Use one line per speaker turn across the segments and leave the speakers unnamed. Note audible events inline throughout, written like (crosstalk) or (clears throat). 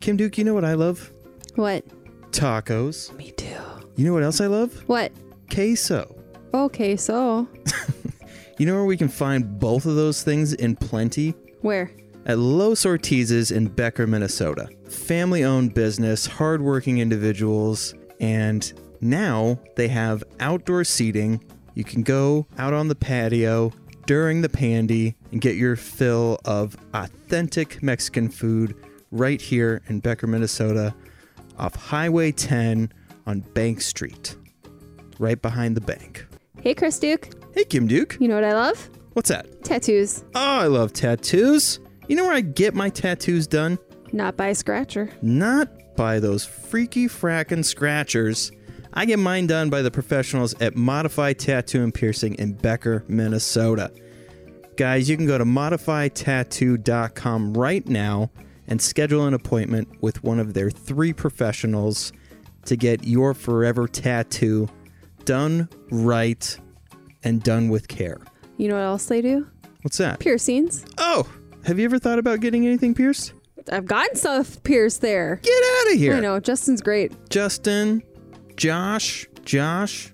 Kim Duke, you know what I love?
What?
Tacos.
Me too.
You know what else I love?
What?
Queso.
Okay, so
You know where we can find both of those things in plenty?
where?
At Los Ortiz's in Becker, Minnesota. Family owned business, hardworking individuals, and now they have outdoor seating. You can go out on the patio during the pandy and get your fill of authentic Mexican food right here in Becker, Minnesota, off Highway 10 on Bank Street, right behind the bank.
Hey, Chris Duke.
Hey, Kim Duke.
You know what I love?
What's that?
Tattoos.
Oh, I love tattoos. You know where I get my tattoos done?
Not by a scratcher.
Not by those freaky frackin' scratchers. I get mine done by the professionals at Modify Tattoo and Piercing in Becker, Minnesota. Guys, you can go to modifytattoo.com right now and schedule an appointment with one of their three professionals to get your forever tattoo done right and done with care.
You know what else they do?
What's that?
Piercings.
Oh, have you ever thought about getting anything pierced?
I've gotten stuff pierced there.
Get out of here.
I know. Justin's great.
Justin, Josh, Josh,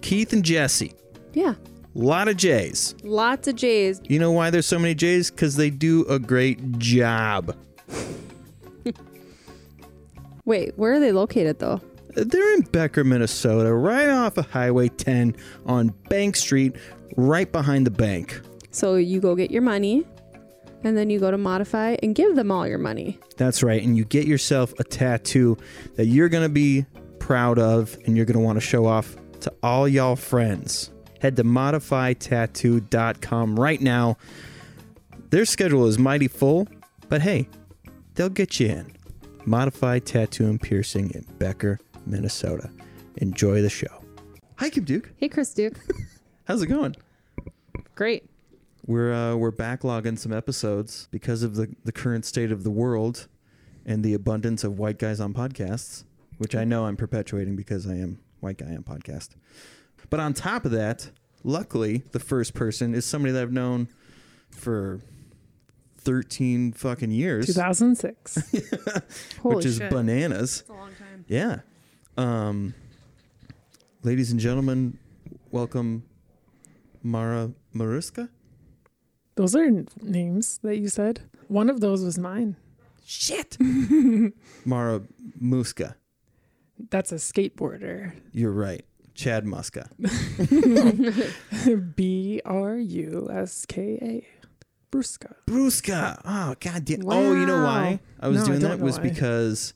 Keith, and Jesse.
Yeah.
Lot of J's.
Lots of J's.
You know why there's so many J's? Because they do a great job.
Wait, where are they located though?
They're in Becker, Minnesota, right off of Highway 10 on Bank Street, right behind the bank.
So you go get your money, and then you go to modify and give them all your money.
That's right. And you get yourself a tattoo that you're going to be proud of and you're going to want to show off to all y'all friends. Head to modifytattoo.com right now. Their schedule is mighty full, but hey, they'll get you in. Modified Tattoo and Piercing in Becker, Minnesota. Enjoy the show. Hi, Kim Duke.
Hey, Chris Duke. (laughs)
How's it going?
great.
We're uh, we're backlogging some episodes because of the, the current state of the world and the abundance of white guys on podcasts, which I know I'm perpetuating because I am white guy on podcast. But on top of that, luckily the first person is somebody that I've known for 13 fucking years,
2006.
(laughs)
Holy
which is
shit.
bananas.
a long time.
Yeah. Um, ladies and gentlemen, welcome Mara Maruska.
Those are n- names that you said. One of those was mine.
Shit. Mara Muska.
That's a skateboarder. (laughs)
You're right. Chad Muska.
B R U S K A. Bruska.
Bruska. Oh, god damn. Oh, you know why
Wow.
I was
No, I
doing
don't
that
know
was
why.
because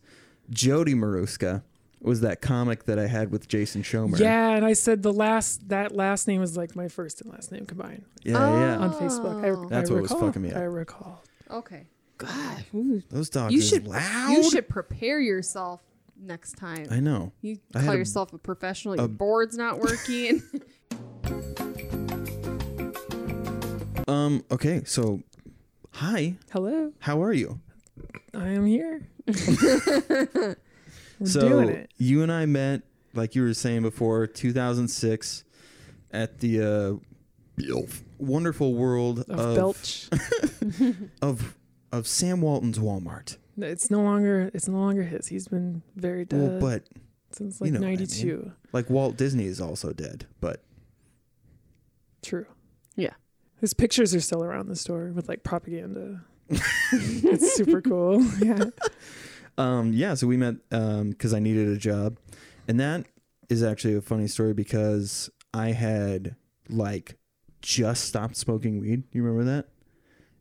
Jody Maruska was that comic that I had with Jason Schomer.
Yeah, and I said the last that last name was like my first and last name combined
Yeah, yeah.
on Facebook. I,
That's
I
what was
recall,
fucking me up.
I recall.
Okay.
Those dogs
You
is
should-
loud.
You should prepare yourself next time.
I know.
You
I had
call
a-
yourself a professional. Your
(laughs)
board's not working.
Um, okay, so hi.
Hello,
How are you?
I am here. We're
so
doing it.
you and I met, like you were saying before, 2006 at the uh, wonderful world
Of
of
belch.
of of Sam Walton's Walmart.
it's no longer it's no longer his. He's been very dead
well, but
since
you
like
know what I mean.
ninety two.
like Walt Disney is also dead, but
True.
Yeah.
His pictures are still around the store with like propaganda. it's super cool. (laughs) Yeah.
um yeah, so we met um cuz I needed a job. And that is actually a funny story because I had like just stopped smoking weed. You remember that?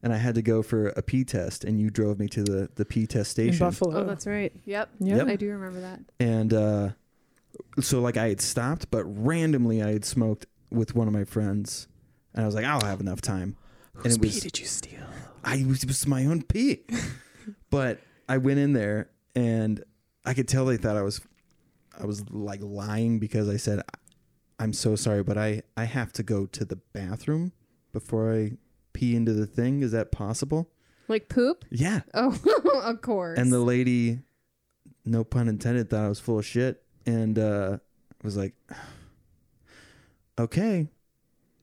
And I had to go for a pee test and you drove me to the the pee test
In
station.
Buffalo.
oh, that's right. Yep.
yeah.
Yep.
I do remember that.
and uh, so like I had stopped, but randomly I had smoked with one of my friends, and I was like, I'll have enough time. and
Whose
it
pee
was
did you steal?
I was, it was my own pee, but I went in there and I could tell they thought I was, I was like lying because I said, I'm so sorry, but I I have to go to the bathroom before I pee into the thing. Is that possible?
Like poop?
Yeah.
Oh, (laughs) of course.
And the lady, no pun intended, thought I was full of shit and uh, was like, (sighs) okay,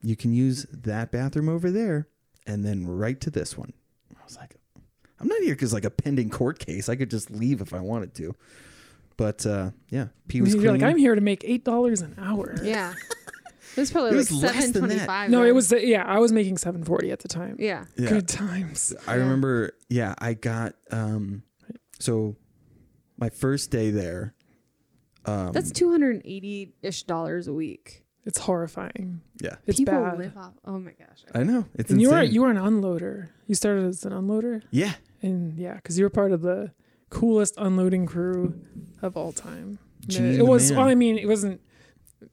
you can use that bathroom over there and then right to this one. I was like, I'm not here because like a pending court case. I could just leave if I wanted to. But uh, yeah, Pee was
You're like,
clean.
I'm here to make eight dollars an hour.
(laughs)
Yeah. It was probably
It was
like
less
seven
than that.
twenty-five.
No, it was yeah. I was making seven forty at the time.
Yeah.
Yeah.
Good times.
I
Yeah.
remember, yeah, I got um so my first day there. Um
That's two hundred and eighty ish dollars a week.
It's horrifying.
Yeah.
It's
People
bad.
live off. Oh my gosh.
I know. It's
and you were
insane.
you were an unloader. You started as an unloader,
Yeah.
and yeah, because you were part of the coolest unloading crew of all time.
Gene the
it was.
man.
Well, I mean, it wasn't.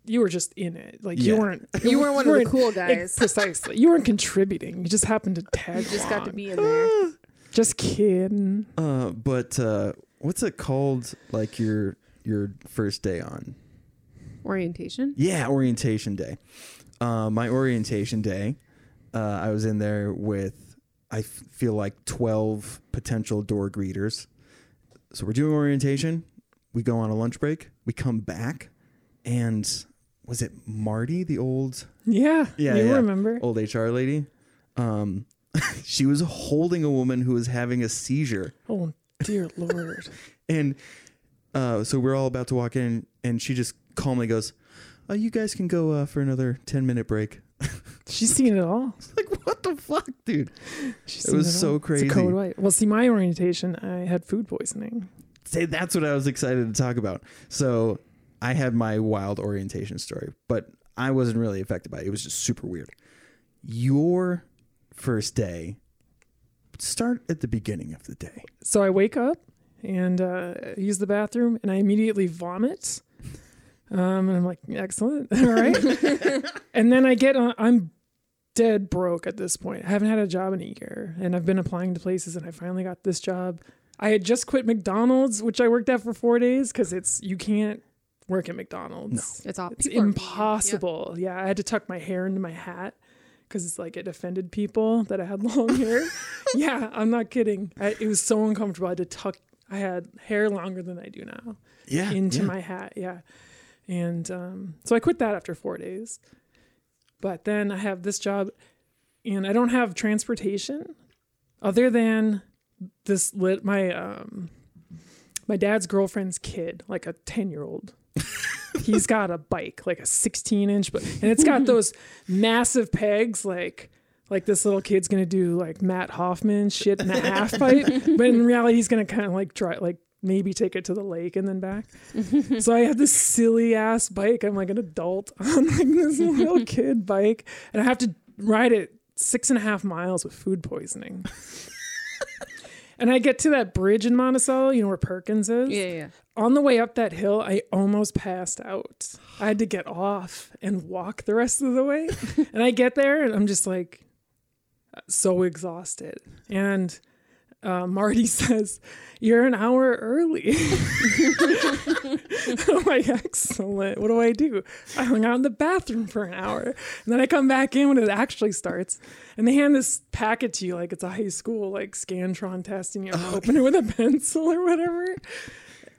You were just in it. Like you
Yeah.
weren't.
(laughs) You weren't one of the cool guys.
precisely. You weren't contributing. You just happened to tag.
You just got to
along.
be in
(laughs)
there.
Just kidding.
Uh but uh what's it called like your your first day on?
Orientation.
Yeah, orientation day. Uh, my orientation day, uh, I was in there with, I f- feel like 12 potential door greeters. So we're doing orientation. We go on a lunch break. We come back. And was it Marty, the old
Yeah.
Yeah,
You
yeah.
remember?
old HR lady? Um, (laughs) she was holding a woman who was having a seizure.
Oh dear lord.
And uh, so we're all about to walk in, and she just calmly goes, oh, You guys can go uh, for another 10 minute break. (laughs)
She's seen it all.
like what the fuck dude
She's
It
seen
was
all.
so
It's
crazy.
a code white. Well, see, my orientation, I had food poisoning.
say that's what i was excited to talk about so i had my wild orientation story but i wasn't really affected by it it was just super weird your first day start at the beginning of the day
So I wake up and uh, use the bathroom, and I immediately vomit. Um, and I'm like, excellent, (laughs) all right. and then I get on. I'm dead broke at this point. I haven't had a job in a year, and I've been applying to places, and I finally got this job. I had just quit McDonald's, which I worked at for four days, because it's you can't work at McDonald's.
It's all.
It's
people are mean.
impossible. Yeah, I had to tuck my hair into my hat because it's like it offended people that I had (laughs) long hair. yeah, I'm not kidding. I, it was so uncomfortable. I had to tuck. I had hair longer than I do now
yeah
into
yeah.
my hat. Yeah, and um, so I quit that after four days. But then I have this job, and I don't have transportation other than this lit my um my dad's girlfriend's kid, like a 10 year old. He's got a bike, like a 16 inch, but and it's got those massive pegs, like like this little kid's gonna do like Matt Hoffman shit in a half pipe, but in reality he's gonna kind of like try like maybe take it to the lake and then back. so I have this silly ass bike. I'm like an adult (laughs) on like this little kid bike, and I have to ride it six and a half miles with food poisoning. and I get to that bridge in Monticello, you know where Perkins is
Yeah, yeah.
on the way up that hill, I almost passed out. I had to get off and walk the rest of the way. and I get there and I'm just like so exhausted. And uh, Marty (laughs) says, You're an hour early. (laughs) I'm like, Excellent. What do I do? I hung out in the bathroom for an hour. And then I come back in when it actually starts. And they hand this packet to you like it's a high school, like Scantron test, and you have to open it with a pencil or whatever.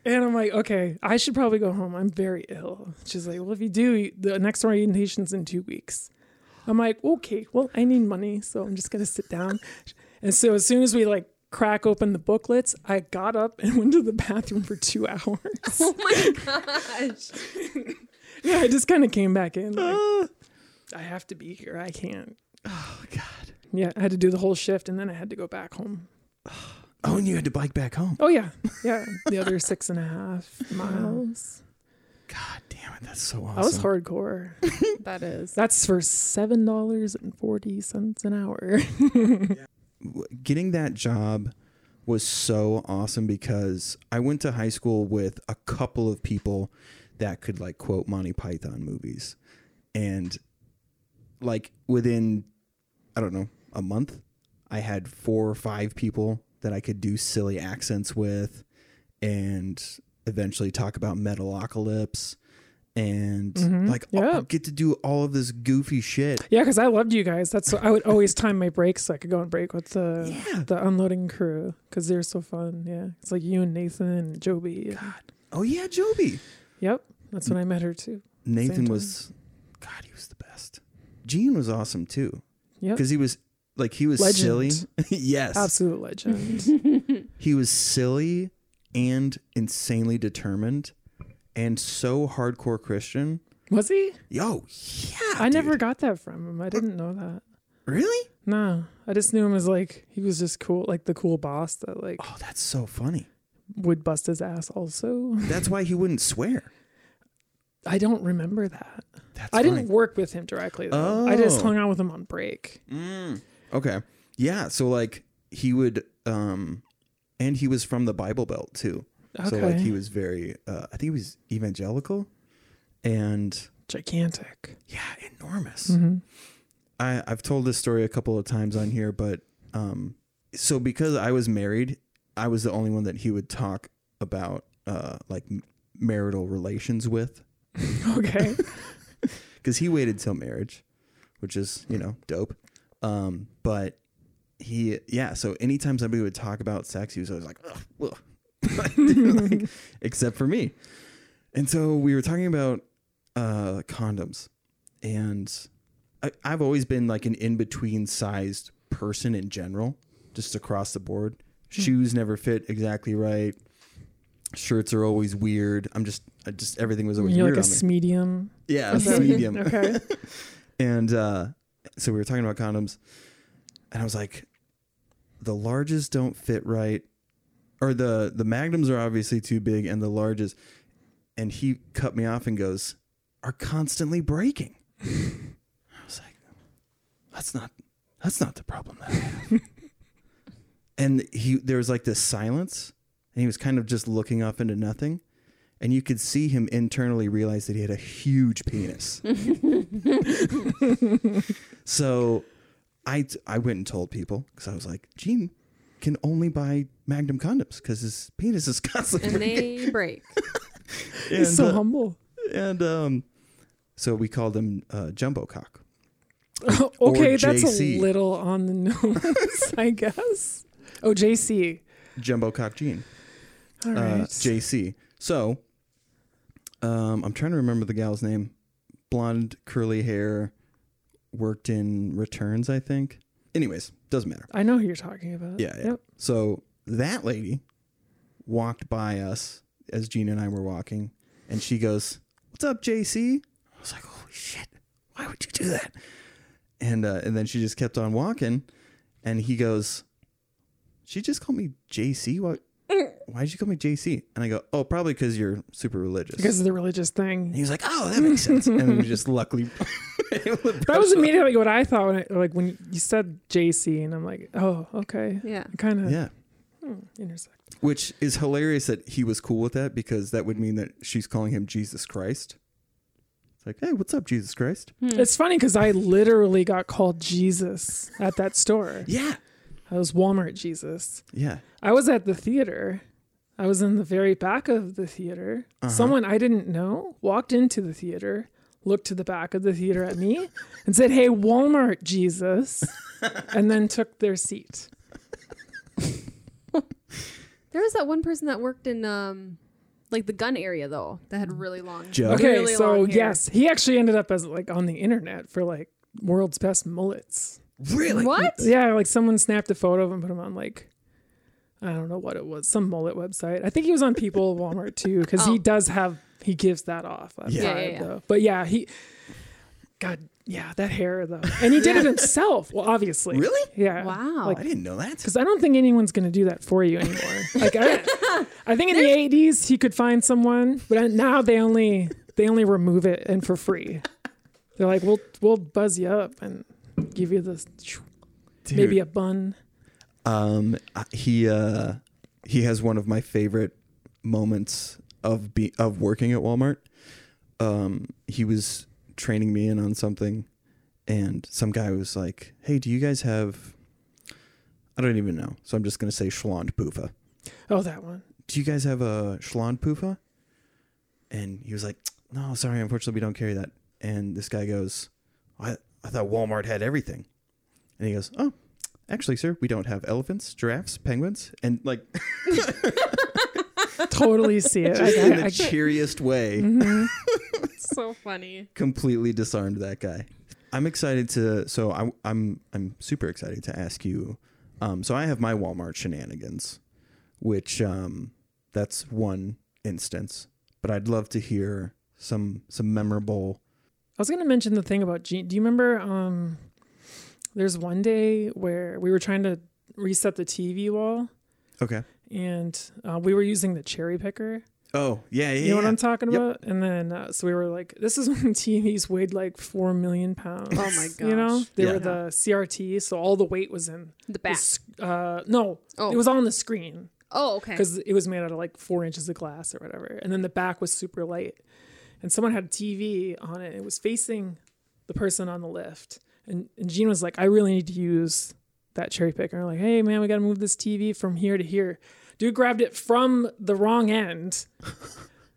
And I'm like, okay, I should probably go home. I'm very ill. She's like, well, if you do, you- the next orientation's in two weeks. I'm like, okay, well, I need money, so I'm just gonna sit down. And so as soon as we like crack open the booklets, I got up and (laughs) went to the bathroom for two (laughs) hours.
Oh
(laughs)
my gosh.
yeah, I just kind of came back in. Like, I have to be here. I can't.
oh god
Yeah, I had to do the whole shift, and then I had to go back home.
oh and you had to bike back home
Oh yeah, yeah, the other six and a half miles.
god damn it that's so awesome
I was hardcore.
That is.
That's for seven dollars and forty cents an hour. (laughs)
getting that job was so awesome because I went to high school with a couple of people that could like quote Monty Python movies. And like within I don't know, a month, I had four or five people that I could do silly accents with and eventually talk about Metalocalypse and like
Yeah.
oh, get to do all of this goofy shit.
yeah, because I loved you guys. That's I would always time my breaks so I could go on break with the
Yeah.
the unloading crew because they're so fun. Yeah, it's like you and Nathan and Joby.
Oh yeah, Joby.
Yep, that's when I met her too.
Nathan
time.
was, God, he was the best. Gene was awesome too,
Yep.
because he was Like he was silly. (laughs)
Legend.
yes. (laughs)
(laughs)
Absolute legend.
He was silly and insanely determined and so hardcore Christian.
Was he?
Yo, yeah.
I
dude.
never got that from him. I didn't know that.
Really?
No, I just knew him as like he was just cool, like the cool boss that like
Oh, that's so funny.
would bust his ass. Also,
That's why he wouldn't swear.
I don't remember that.
That's
I didn't
fine.
work with him directly. Though. I just
Oh.
hung out with him on break.
Mm. Okay. Yeah, so like he would um and he was from the Bible Belt too. So like
Okay.
he was very uh I think he was evangelical and
Gigantic.
yeah, enormous.
Mhm.
I, I've told this story a couple of times on here, but um, so because I was married, I was the only one that he would talk about uh, like m- marital relations with (laughs)
Okay.
because he waited till marriage, which is you know dope. Um, but he, yeah. So anytime somebody would talk about sex, he was always like, "Ugh, ugh." (laughs) Like, except for me. And so we were talking about uh, condoms, and I, I've always been like an in between sized person in general, just across the board.
Hmm.
Shoes never fit exactly right. Shirts are always weird. I'm just, I just everything was always
You're
weird
like a
on me.
medium. (laughs)
Yeah, it's medium.
Okay.
And uh, so we were talking about condoms, and I was like, the larges don't fit right, or the the magnums are obviously too big, and the larges. And he cut me off and goes, are constantly breaking. I was like, that's not that's not the problem that I have. and he there was like this silence, and he was kind of just looking off into nothing. And you could see him internally realize that he had a huge penis. So I I went and told people because I was like, Gene can only buy Magnum condoms because his penis is constantly
And they break. (laughs)
and,
He's so
uh, (laughs)
humble.
and um, so we called him uh, Jumbo Cock.
(laughs) okay, that's
JC.
a little on the nose, (laughs) I guess. Oh, JC.
Jumbo Cock Gene,
All
uh,
right.
JC. So um, I'm trying to remember the gal's name. Blonde, curly hair, worked in returns, I think. Anyways, doesn't matter.
I know who you're talking about.
Yeah, yeah.
Yep.
So that lady walked by us as Gina and I were walking, and she goes, "What's up, JC?" I was like, "Holy shit! Why would you do that?" And uh, and then she just kept on walking, and he goes, "She just called me JC. Why? Why did you call me JC?" And I go, "Oh, probably because you're super religious."
Because of the religious
and
thing.
he was like, "Oh, that makes sense." and we just luckily (laughs)
That was immediately what I thought when I, like when you said JC and I'm like, oh, okay.
Yeah.
Kind of
yeah.
intersect.
Which is hilarious that he was cool with that because that would mean that she's calling him Jesus Christ. It's like, hey, what's up, Jesus Christ?
It's funny because I literally got called Jesus at that store.
Yeah.
I was Walmart Jesus.
Yeah.
I was at the theater. I was in the very back of the theater. Someone I didn't know walked into the theater, looked to the back of the theater at me, and said, Hey, Walmart Jesus, and then took their seat.
There was that one person that worked in um like the gun area though that had really long
Joe?
Okay,
really
so
long hair.
yes, he actually ended up as like on the internet for like world's best mullets.
Really?
What?
Yeah, like someone snapped a photo of him, put him on like I don't know what it was, some mullet website. I think he was on People Walmart too, because
Oh.
he does have he gives that off. That
Yeah.
yeah,
Yeah, yeah, yeah.
Though. But yeah, he God, yeah, that hair though, and he
(laughs)
did it himself. Well, obviously,
Really? Oh,
yeah,
Wow.
I
Like,
didn't know that.
because I don't think anyone's gonna do that for you anymore. like I,
(laughs)
I think in the '80s he could find someone, but uh, now they only they only remove it and for free. They're like, we'll we'll buzz you up and give you this maybe a bun.
Um, I- he uh, he has one of my favorite moments of be of working at Walmart. Um, he was training me in on something, and some guy was like, "Hey, do you guys have?" I don't even know, so I'm just gonna say Schlandpufa.
Oh, that
(laughs)
one.
do you guys have a Schlandpufa? And he was like, no, sorry, unfortunately, we don't carry that. And this guy goes, I, I thought Walmart had everything. And he goes, oh, actually, sir, we don't have elephants, giraffes, penguins. And like,
Totally see it.
just in
I, I,
the (laughs)
I,
cheeriest way,
Mm-hmm. so funny.
completely disarmed that guy. I'm excited to. So I, I'm I'm super excited to ask you. Um, so I have my Walmart shenanigans, which um, that's one instance. But I'd love to hear some some memorable.
I was gonna mention the thing about Gene. Do you remember? Um, there's one day where we were trying to reset the TV wall,
Okay.
and uh, we were using the cherry picker.
Oh yeah yeah.
You know what
yeah.
I'm talking
Yep.
about? And then uh, so we were like, this is (laughs) when TVs weighed like four million pounds.
Oh my
You know,
gosh.
they
Yeah.
were the CRT, so all the weight was in
The
the
back.
sc- Uh, no,
Oh.
it was on the screen
Oh, okay.
because it was made out of like four inches of glass or whatever. And then the back was super light. And someone had a TV on it. It was facing the person on the lift. And, and Gene was like, I really need to use that cherry picker. And I'm like, hey, man, we got to move this TV from here to here. Dude grabbed it from the wrong end,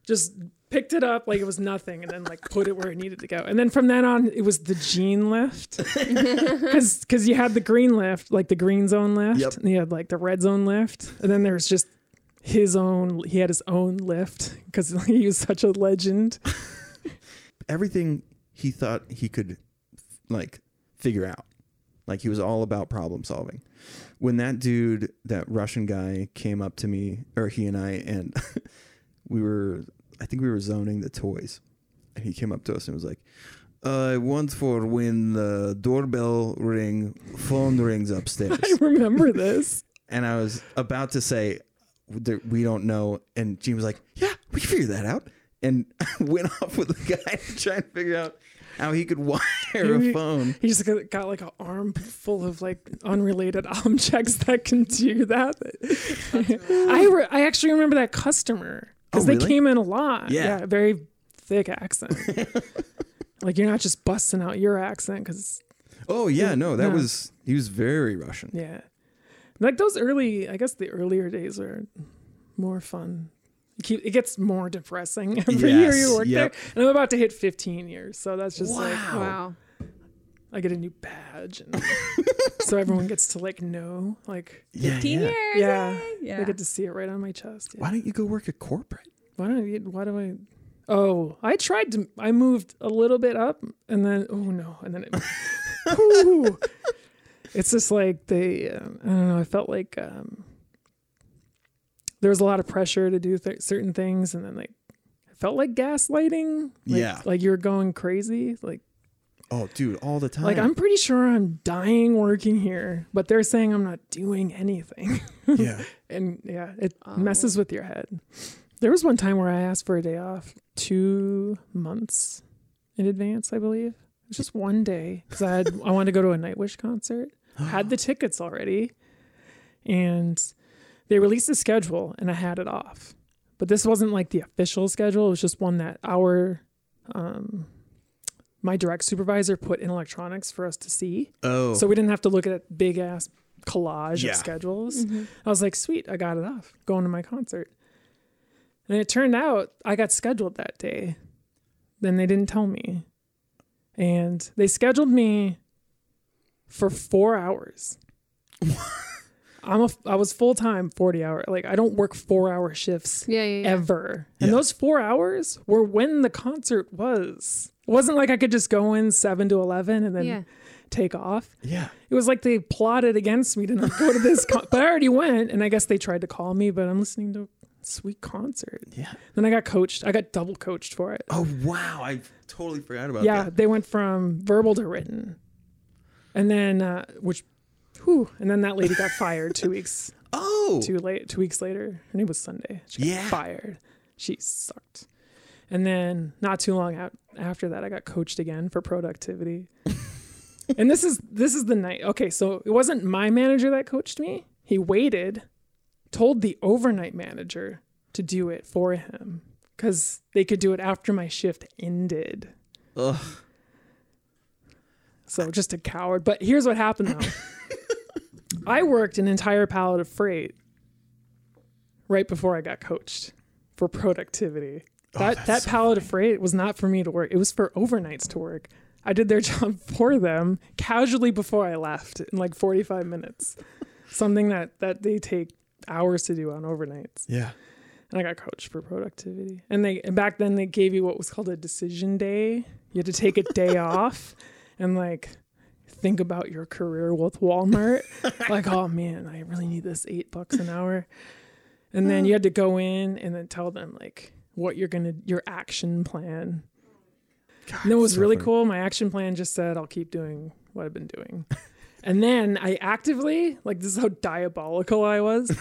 just picked it up like it was nothing, and then like put it where it needed to go. And then from then on, it was the Gene lift. Because you had the green lift, like the green zone lift,
Yep.
and you had like the red zone lift. And then there was just his own, he had his own lift because (laughs) he was such a legend. (laughs)
Everything he thought he could like figure out. Like he was all about problem solving. When that dude, that Russian guy, came up to me, or he and I, and (laughs) we were, I think we were zoning the toys, and he came up to us and was like, "I want for when the doorbell ring, phone rings upstairs."
I remember this.
and I was about to say that we don't know, and Gene was like, "Yeah, we can figure that out," and (laughs) I went off with the guy (laughs) trying to figure out how he could (laughs) wire a phone.
He just got- got like an arm full of like unrelated (laughs) objects that can do that. I re- I actually remember that customer because
Oh,
they
really?
came in a lot.
Yeah.
very
(laughs)
thick accent. like you're not just busting out your accent because
Oh yeah, no, that
Yeah.
was he was very Russian.
yeah, like those early. I guess the earlier days are more fun. You keep- It gets more depressing (laughs) every year
Yes,
you work
yep.
there, and I'm about to hit 15 years, so that's just like
Wow.
wow.
I get a new badge, and so everyone gets to like know, like
Yeah,
Teen
yeah.
years.
oh, yeah,
eh?
I
Yeah.
get to see it right on my chest. Yeah.
Why don't you go work at corporate?
Why don't you, why do I? Oh, I tried to. I moved a little bit up, and then oh no, and then it. Whew. it's just like they. Um, I don't know. I felt like um, there was a lot of pressure to do th- certain things, and then like it felt like gaslighting. Like,
Yeah.
like you're going crazy. Like
Oh, dude, all the time.
like I'm pretty sure I'm dying working here, but they're saying I'm not doing anything.
yeah.
and yeah, it messes with your head. There was one time where I asked for a day off two months in advance, I believe. It was just one day because I had I wanted to go to a Nightwish concert. had the tickets already, and they released the schedule, and I had it off. But this wasn't like the official schedule. It was just one that our um, my direct supervisor put in electronics for us to see.
Oh,
So we didn't have to look at that big ass collage
Yeah.
of schedules.
Mm-hmm.
I was like, sweet, I got it off going to my concert. And it turned out I got scheduled that day. Then they didn't tell me. And they scheduled me for
(laughs)
four hours. I'm a, I was full time, 40 hour. Like, I don't work four hour shifts
Yeah, yeah, yeah.
ever. And
Yeah.
those four hours were when the concert was. It wasn't like I could just go in seven to 11 and then
Yeah.
take off.
yeah.
It was like they plotted against me to not go to this, con- but I already went, and I guess they tried to call me, but I'm listening to a sweet concert.
Yeah.
Then I got coached. I got double coached for it.
Oh wow, I totally forgot about
Yeah,
that.
they went from verbal to written, and then uh, which, whew, and then that lady got fired two weeks
Oh,
two late two weeks later. Her name was Sunday. She got
Yeah.
fired. She sucked. And then not too long out after that, I got coached again
(laughs)
for productivity. and this is this is the night. Okay, so it wasn't my manager that coached me. He waited, told the overnight manager to do it for him because they could do it after my shift ended.
Ugh.
So just a coward. But here's what happened though. I worked an entire pallet of freight right before I got coached for productivity. That that pallet of freight was not for me to work. It was for overnights to work. I did their (laughs) job for them casually before I left in like 45 minutes. Something that that they take hours to do on overnights.
yeah.
And I got coached for productivity. And they and back then they gave you what was called a decision day. You had to take a day off. and like think about your career
(laughs)
with Walmart. like, oh man, I really need this eight bucks an hour. And then you had to go in and then tell them like what you're gonna your action plan.
God,
And that was
so
really
funny.
cool. My action plan just said I'll keep doing what I've been doing. and then I actively, like this is how diabolical
(laughs)
I was,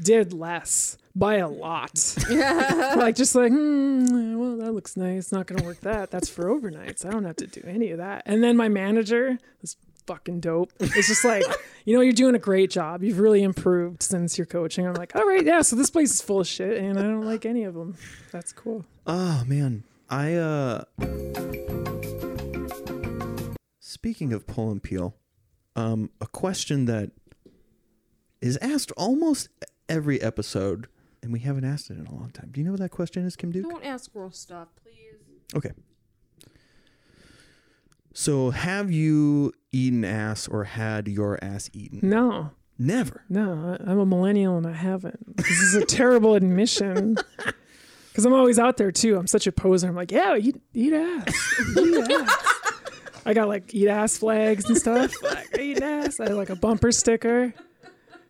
did less by a lot like just like hmm, well that looks nice not gonna work that that's for overnights i don't have to do any of that and then my manager was fucking dope it's just like you know you're doing a great job you've really improved since your coaching i'm like all right yeah so this place is full of shit and i don't like any of them that's cool
Oh man, I uh Speaking of pull and peel, um a question that is asked almost every episode and we haven't asked it in a long time. Do you know what that question is, Kim Duke?
Don't ask girl stuff, please.
Okay. So, have you eaten ass or had your ass eaten?
no
Never.
no I- i'm a millennial and i haven't this is a terrible admission because i'm always out there too i'm such a poser i'm like yeah eat, eat ass eat ass I got like eat ass flags and stuff. Like, eat ass. I had like a bumper sticker.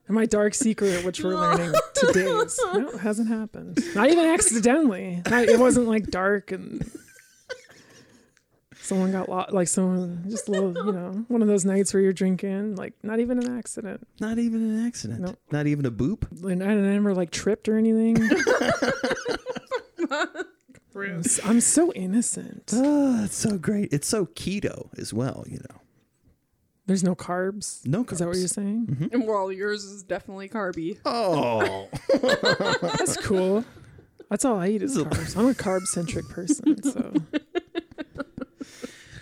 And my dark secret, which we're learning today. Is, no, it hasn't happened. Not even accidentally. Not- it wasn't like dark and someone got lost. Like someone, just a little, you know, one of those nights where you're drinking. Like not even an accident.
Not even an accident.
Nope.
Not even a boop.
And I never like tripped or (laughs) anything. I'm s- I'm so innocent.
Oh, that's so great. It's so keto as well, you know.
There's no carbs. Mm-hmm.
No
Is that what
carbs.
you're saying?
And well, yours is definitely carby.
Oh.
That's cool. That's all I eat is carbs. I'm a carb centric person, (laughs) so do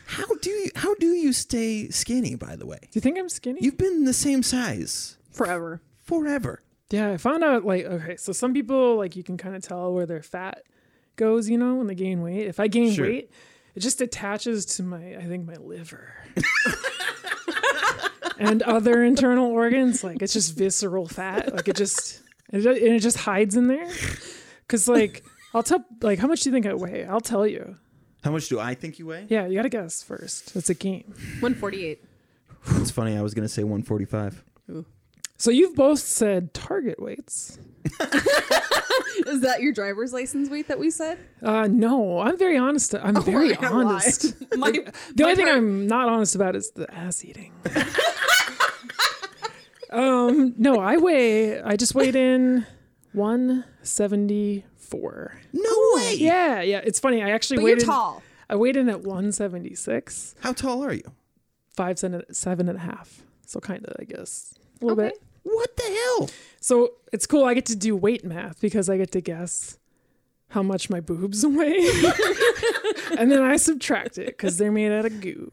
How do you how do you stay skinny by the way?
you think I'm skinny?
You've been the same size
Forever.
forever.
yeah, I found out like okay, so some people like you can kind of tell where their fat goes, you know, when they gain weight. If I gain
Sure.
weight, it just attaches to my I think my liver. and other internal organs, like it's just visceral fat. Like it just and it, and it just hides in there. Cuz like I'll tell like how much do you think I weigh? I'll tell you.
How much do I think you weigh?
Yeah, you got to guess first. It's a game.
148.
It's funny, I was gonna say one forty five.
So you've both said target weights.
Is that your driver's license weight that we said?
Uh, no, I'm very honest. I'm very
I lied.
honest.
(laughs) My,
The only thing I'm not honest about is the ass eating. um, no, I weigh. I just weighed in 174.
No way.
Yeah, yeah. It's funny. I actually
but
weighed.
you're
in-
tall.
I weighed in at 176,
How tall are you?
five seven, seven and a half. So kind of, I guess, a little
Okay.
bit.
What the hell?
So it's cool. I get to do weight math because I get to guess how much my boobs (laughs) weigh. and then I subtract it because they're made out of goo.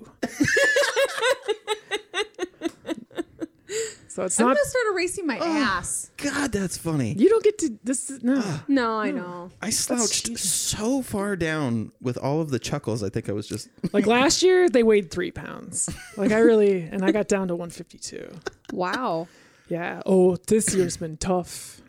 so it's
I'm
not. Oh.
gonna start erasing my ass.
God, that's funny.
You don't get to. This is. (sighs) No.
No, I know.
I slouched
cheating.
so far down with all of the chuckles. I think I was just
Like last year, they weighed three pounds. Like I really. And I got down to 152.
Wow.
Yeah. Oh, this year's been tough.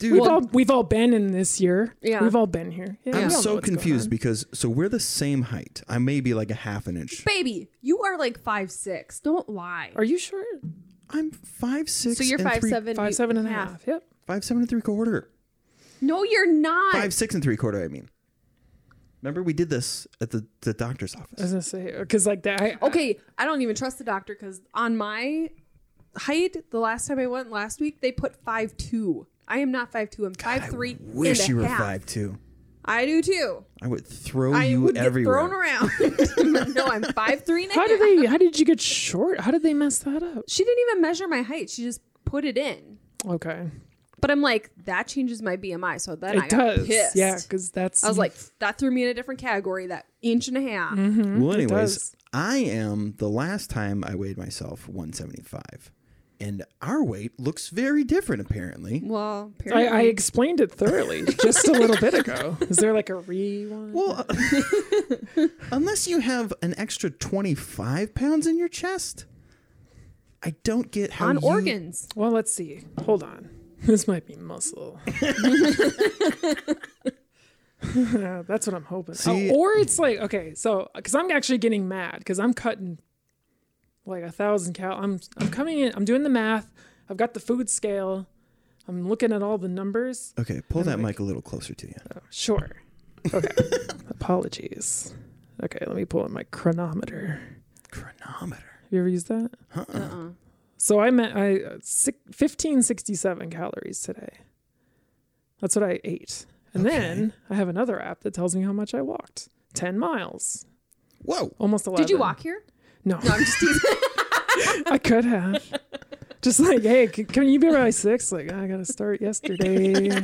dude.
We've all we've all been in this year.
Yeah.
We've all been here. Yeah, we
I'm
all know
so
what's going
confused
on.
because so we're the same height. I may be like a half an inch.
Baby, you are like five six. Don't lie.
Are you sure?
I'm five six.
so you're
and
five
three-
seven.
Five,
you-
seven and a half. Yep.
Five seven and three quarter.
No, you're not.
Five six and three quarter. I mean, remember we did this at the the doctor's
I was
office.
gonna say because like that. I,
Okay, I don't even trust the doctor because on my height, the last time I went last week, they put five two. I am not five two. I'm five three.
Wish you were five two.
I do too.
I would throw
I
you
would
everywhere.
get thrown around. (laughs) no, I'm five three and a
How
half.
did they? How did you get short? How did they mess that up?
She didn't even measure my height. She just put it in.
Okay,
But I'm like, that changes my BMI. So then I
it
got
does.
pissed.
Yeah, because that's.
I was like, that threw me in a different category. That inch and a half.
Well, anyways,
does.
I am the last time I weighed myself 175, and our weight looks very different apparently.
Well,
I,
apparently.
I explained it thoroughly just a little
(laughs)
bit ago. Is there like a re one?
Well, uh, (laughs) unless you have an extra 25 pounds in your chest, I don't get how
on
you-
organs.
Well, let's (laughs) see. Hold on. This might be muscle. Yeah, Uh, that's what I'm hoping.
See-
oh, or it's like okay, so because I'm actually getting mad because I'm cutting like a thousand cal. I'm I'm coming in. I'm doing the math. I've got the food scale. I'm looking at all the numbers. Oh,
Okay, pull that mic a little closer to you.
Sure. Okay. Apologies. Okay, let me pull up my chronometer.
Chronometer.
You ever use that?
Uh-uh.
So I meant I uh, six, 1567 calories today. That's what I ate. And
Okay.
then I have another app that tells me how much I walked. 10 miles.
Whoa.
Almost 11.
Did you walk here?
No,
No, I'm just teasing. (laughs)
I could have. Just like, hey, c- can you be by six? Like, I got to start yesterday.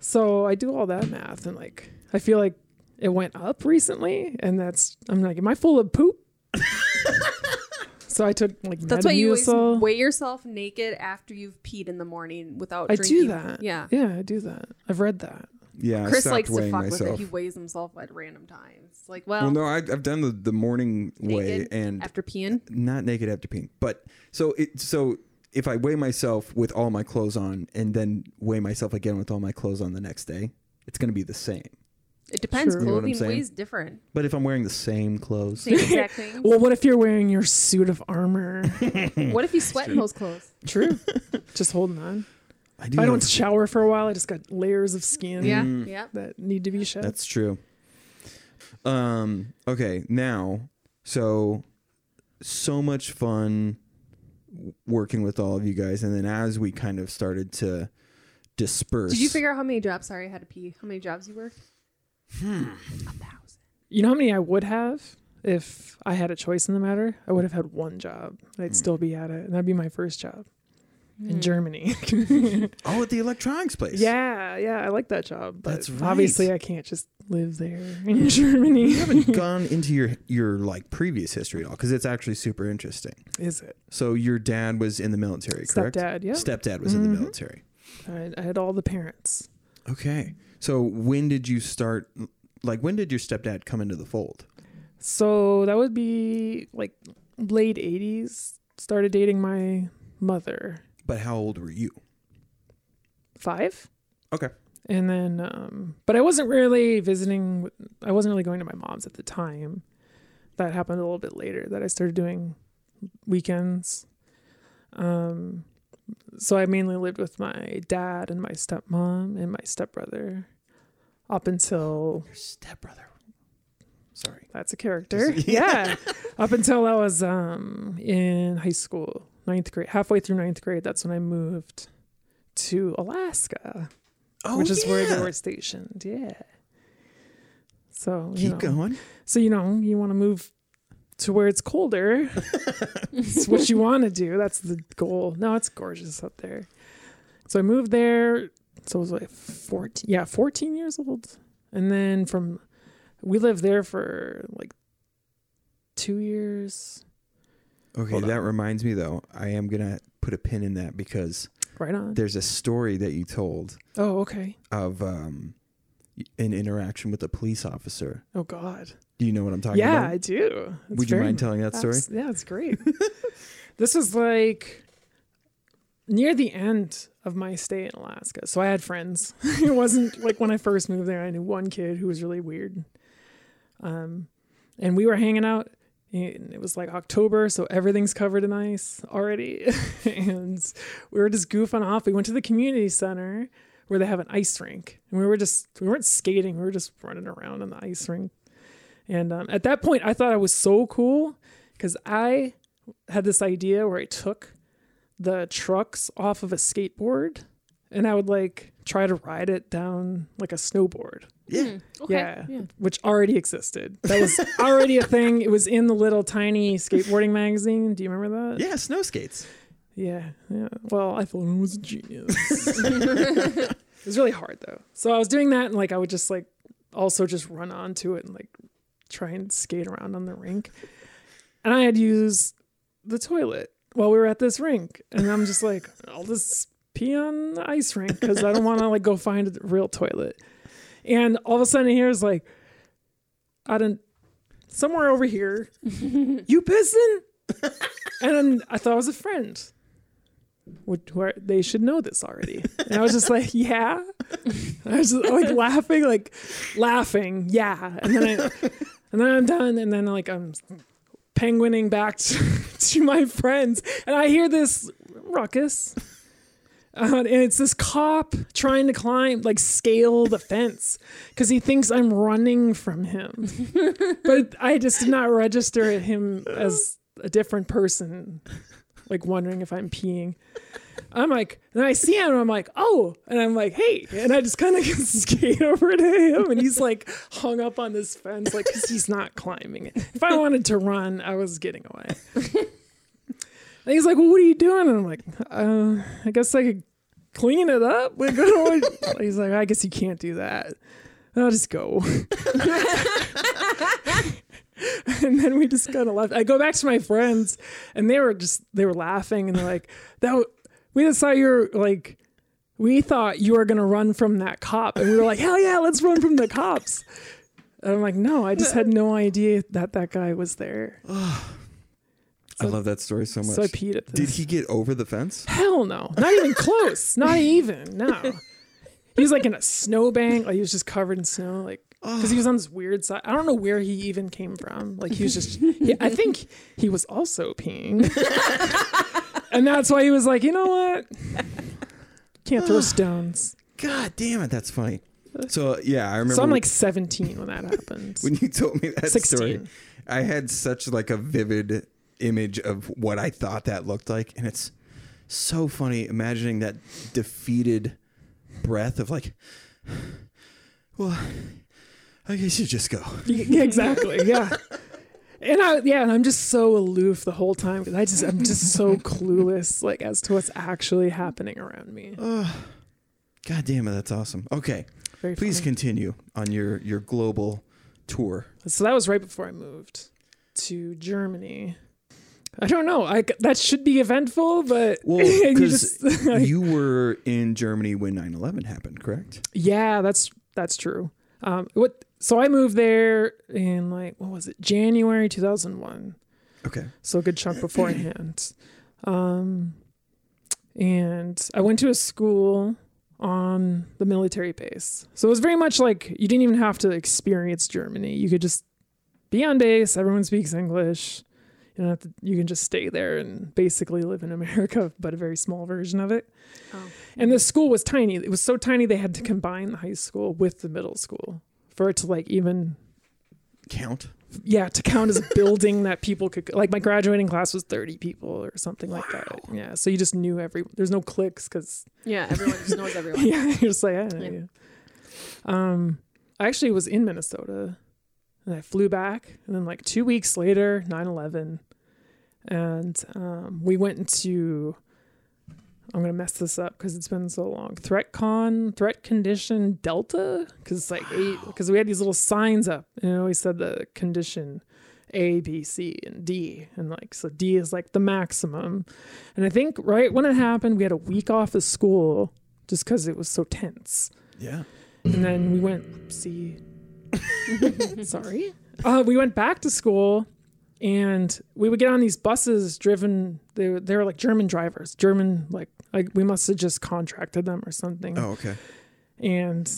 so I do all that math and like, I feel like it went up recently. And that's, I'm like, am I full
(laughs)
of poop? so I took like,
That's why you always
Metamucil.
weigh yourself naked after you've peed in the morning without
I
drinking.
do that.
Yeah.
Yeah, I do that. I've read that.
Yeah, I
Chris
stopped
likes to
weighing
fuck with it.
myself.
He weighs himself at random times. Like,
well,
well,
no, I, I've done the, the morning way
Um, naked
and
after peeing.
not naked after peeing, but so it so if I weigh myself with all my clothes on and then weigh myself again with all my clothes on the next day, it's going to be the same.
It depends.
Sure.
You know what I'm
Clothing
saying?
weighs different.
But if I'm wearing the same clothes,
Same exact thing.
(laughs) Well, what if you're wearing your suit of
(laughs)
armor?
Mm.
what if you sweat in those clothes? (laughs)
True. just holding on.
I do.
If I
know-
don't shower for a while, I just got layers of skin
Yeah.
Mm.
Yeah.
that need to be shed.
That's true. Um. Okay. Now, so so much fun w- working with all of you guys, and then as we kind of started to disperse,
Did you figure out how many jobs? Sorry, I had to pee. How many jobs you worked? Hmm. A thousand.
you know how many I would have if I had a choice in the matter? I would have had one job. and
Mm.
I'd still be at it. And that'd be my first job
Mm.
in Germany.
(laughs)
(laughs)
Oh, at the electronics place.
yeah, yeah, I like that job. But
That's right.
obviously I can't just live there in (laughs) Germany.
You haven't gone into your your like previous history at all because it's actually super interesting.
Is it?
So your dad was in the military, correct?
Stepdad, yeah.
Stepdad was in the military.
I, I had all the parents.
Okay. So when did you start? Like when did your stepdad come into the fold?
So that would be like late 80s. Started dating my mother,
But how old were you?
five.
Okay.
And then, um, but I wasn't really visiting, with- I wasn't really going to my mom's at the time. That happened a little bit later that I started doing weekends. Um, so I mainly lived with my dad and my stepmom and my stepbrother up until
Your stepbrother. Sorry.
That's a character.
(laughs)
yeah. Up until I was um in high school, ninth grade, halfway through ninth grade, that's when I moved to Alaska,
Oh,
which is where they
yeah.
were stationed. Yeah. So you
Keep
know,
going.
so you know, you want to move to where it's colder. it's what you want to do. That's the goal. No, it's gorgeous up there. So I moved there. So I was like fourteen. Yeah, fourteen years old. And then from we lived there for like two years.
Okay,
Hold on.
that reminds me though. I am gonna put a pin in that because
Right on.
there's a story that you told
Oh, okay.
of um, an interaction with a police officer.
Oh God.
Do you know what I'm talking
Yeah,
about?
I do. It's
Would you
very
mind telling that story?
Abs- Yeah, it's great. (laughs) this was like near the end of my stay in Alaska. So I had friends. (laughs) it wasn't like when I first moved there, I knew one kid who was really weird. Um, and we were hanging out. And it was like October, so everything's covered in ice already. (laughs) and we were just goofing off. We went to the community center where they have an ice rink. And we were just, we weren't skating, we were just running around on the ice rink. And um, at that point, I thought I was so cool because I had this idea where I took the trucks off of a skateboard and I would like try to ride it down like a snowboard,
Yeah.
Okay.
Yeah. which already existed. That was already a thing. It was in the little tiny skateboarding magazine. Do you remember that?
Yeah, snow skates.
Yeah. Yeah. Well, I thought I was a genius. it was really hard though. So I was doing that and like I would just like also just run onto it and like try and skate around on the rink. And I had used the toilet while we were at this rink. And I'm just like, I'll just pee on the ice rink because I don't want to like go find a real toilet. And all of a sudden here's like, I don't somewhere over here, you pissing? and I thought it was a friend. which where they should know this already. And I was just like, (laughs) yeah. I was just, like laughing, like laughing, yeah. And then I, and then I'm done. And then like I'm penguining back (laughs) to, to my friends, and I hear this ruckus. Uh, and it's this cop trying to climb, like scale the fence, because he thinks I'm running from him. but I just did not register at him as a different person, like wondering if I'm peeing. I'm like, and I see him, and I'm like, oh, and I'm like, hey, and I just kind (laughs) of skate over to him, and he's like hung up on this fence, like, because he's not climbing it. If I wanted to run, I was getting away. (laughs) And he's like, well, what are you doing? And I'm like, uh, I guess I could clean it up. Like, (laughs) I don't want- he's like, I guess you can't do that. I'll just go. (laughs) and then we just kind of left. I go back to my friends, and they were just they were laughing, and they're like, "That w- we just saw you're like." We thought you were gonna run from that cop, and we were like, "Hell yeah, let's run from the cops!" And I'm like, "No, I just had no idea that that guy was there."
I love that story so much.
So I peed at this.
Did he get over the fence?
Hell no. Not even close. Not even. No. He was like in a snowbank. Like he was just covered in snow. Like, because he was on this weird side. I don't know where he even came from. Like he was just, he, I think he was also peeing. (laughs) and that's why he was like, you know what?
(gasps)
Can't throw stones.
God damn it, that's funny. So yeah, I remember
So I'm like 17 when that happens.
(laughs) when you told me that
16.
story. I had such like a vivid image of what I thought that looked like, and it's so funny imagining that defeated breath of like, (sighs) well, I guess you just go.
Yeah, (laughs) exactly. Yeah. And I yeah, and I'm just so aloof the whole time because I just I'm just
(laughs)
so clueless like as to what's actually happening around me.
God damn it, that's awesome. Okay,
Very
please
funny.
continue on your your global tour.
So that was right before I moved to Germany. I don't know. I that should be eventful, but (laughs)
Well,
you
because
just- (laughs)
you were in Germany when 9/11 happened, correct?
yeah, that's that's true. Um, what? So I moved there in like what was it? January 2001.
Okay.
so a good chunk beforehand. Um, and I went to a school on the military base, so it was very much like you didn't even have to experience Germany. You could just be on base. Everyone speaks English. You don't have to, You can just stay there and basically live in America, (laughs) but a very small version of it.
Oh.
And the school was tiny. It was so tiny they had to combine the high school with the middle school for it to like even
Count.
yeah to count as a building that people could like my graduating class was 30 people or something like that yeah so you just knew every there's no clicks because
Yeah, everyone just knows
(laughs)
everyone.
(laughs) yeah you're just like i know
Yeah.
you um i actually was in minnesota and i flew back and then like two weeks later 9-11 and um we went into i'm gonna mess this up because it's been so long threat con threat condition delta because like eight because we had these little signs up and it always said the condition a b c and d and like so d is like the maximum and i think right when it happened we had a week off of school just because it was so tense
Yeah.
and then we went see sorry uh, we went back to school and we would get on these buses driven they were, they were like german drivers german like like we must have just contracted them or something
Oh, okay.
and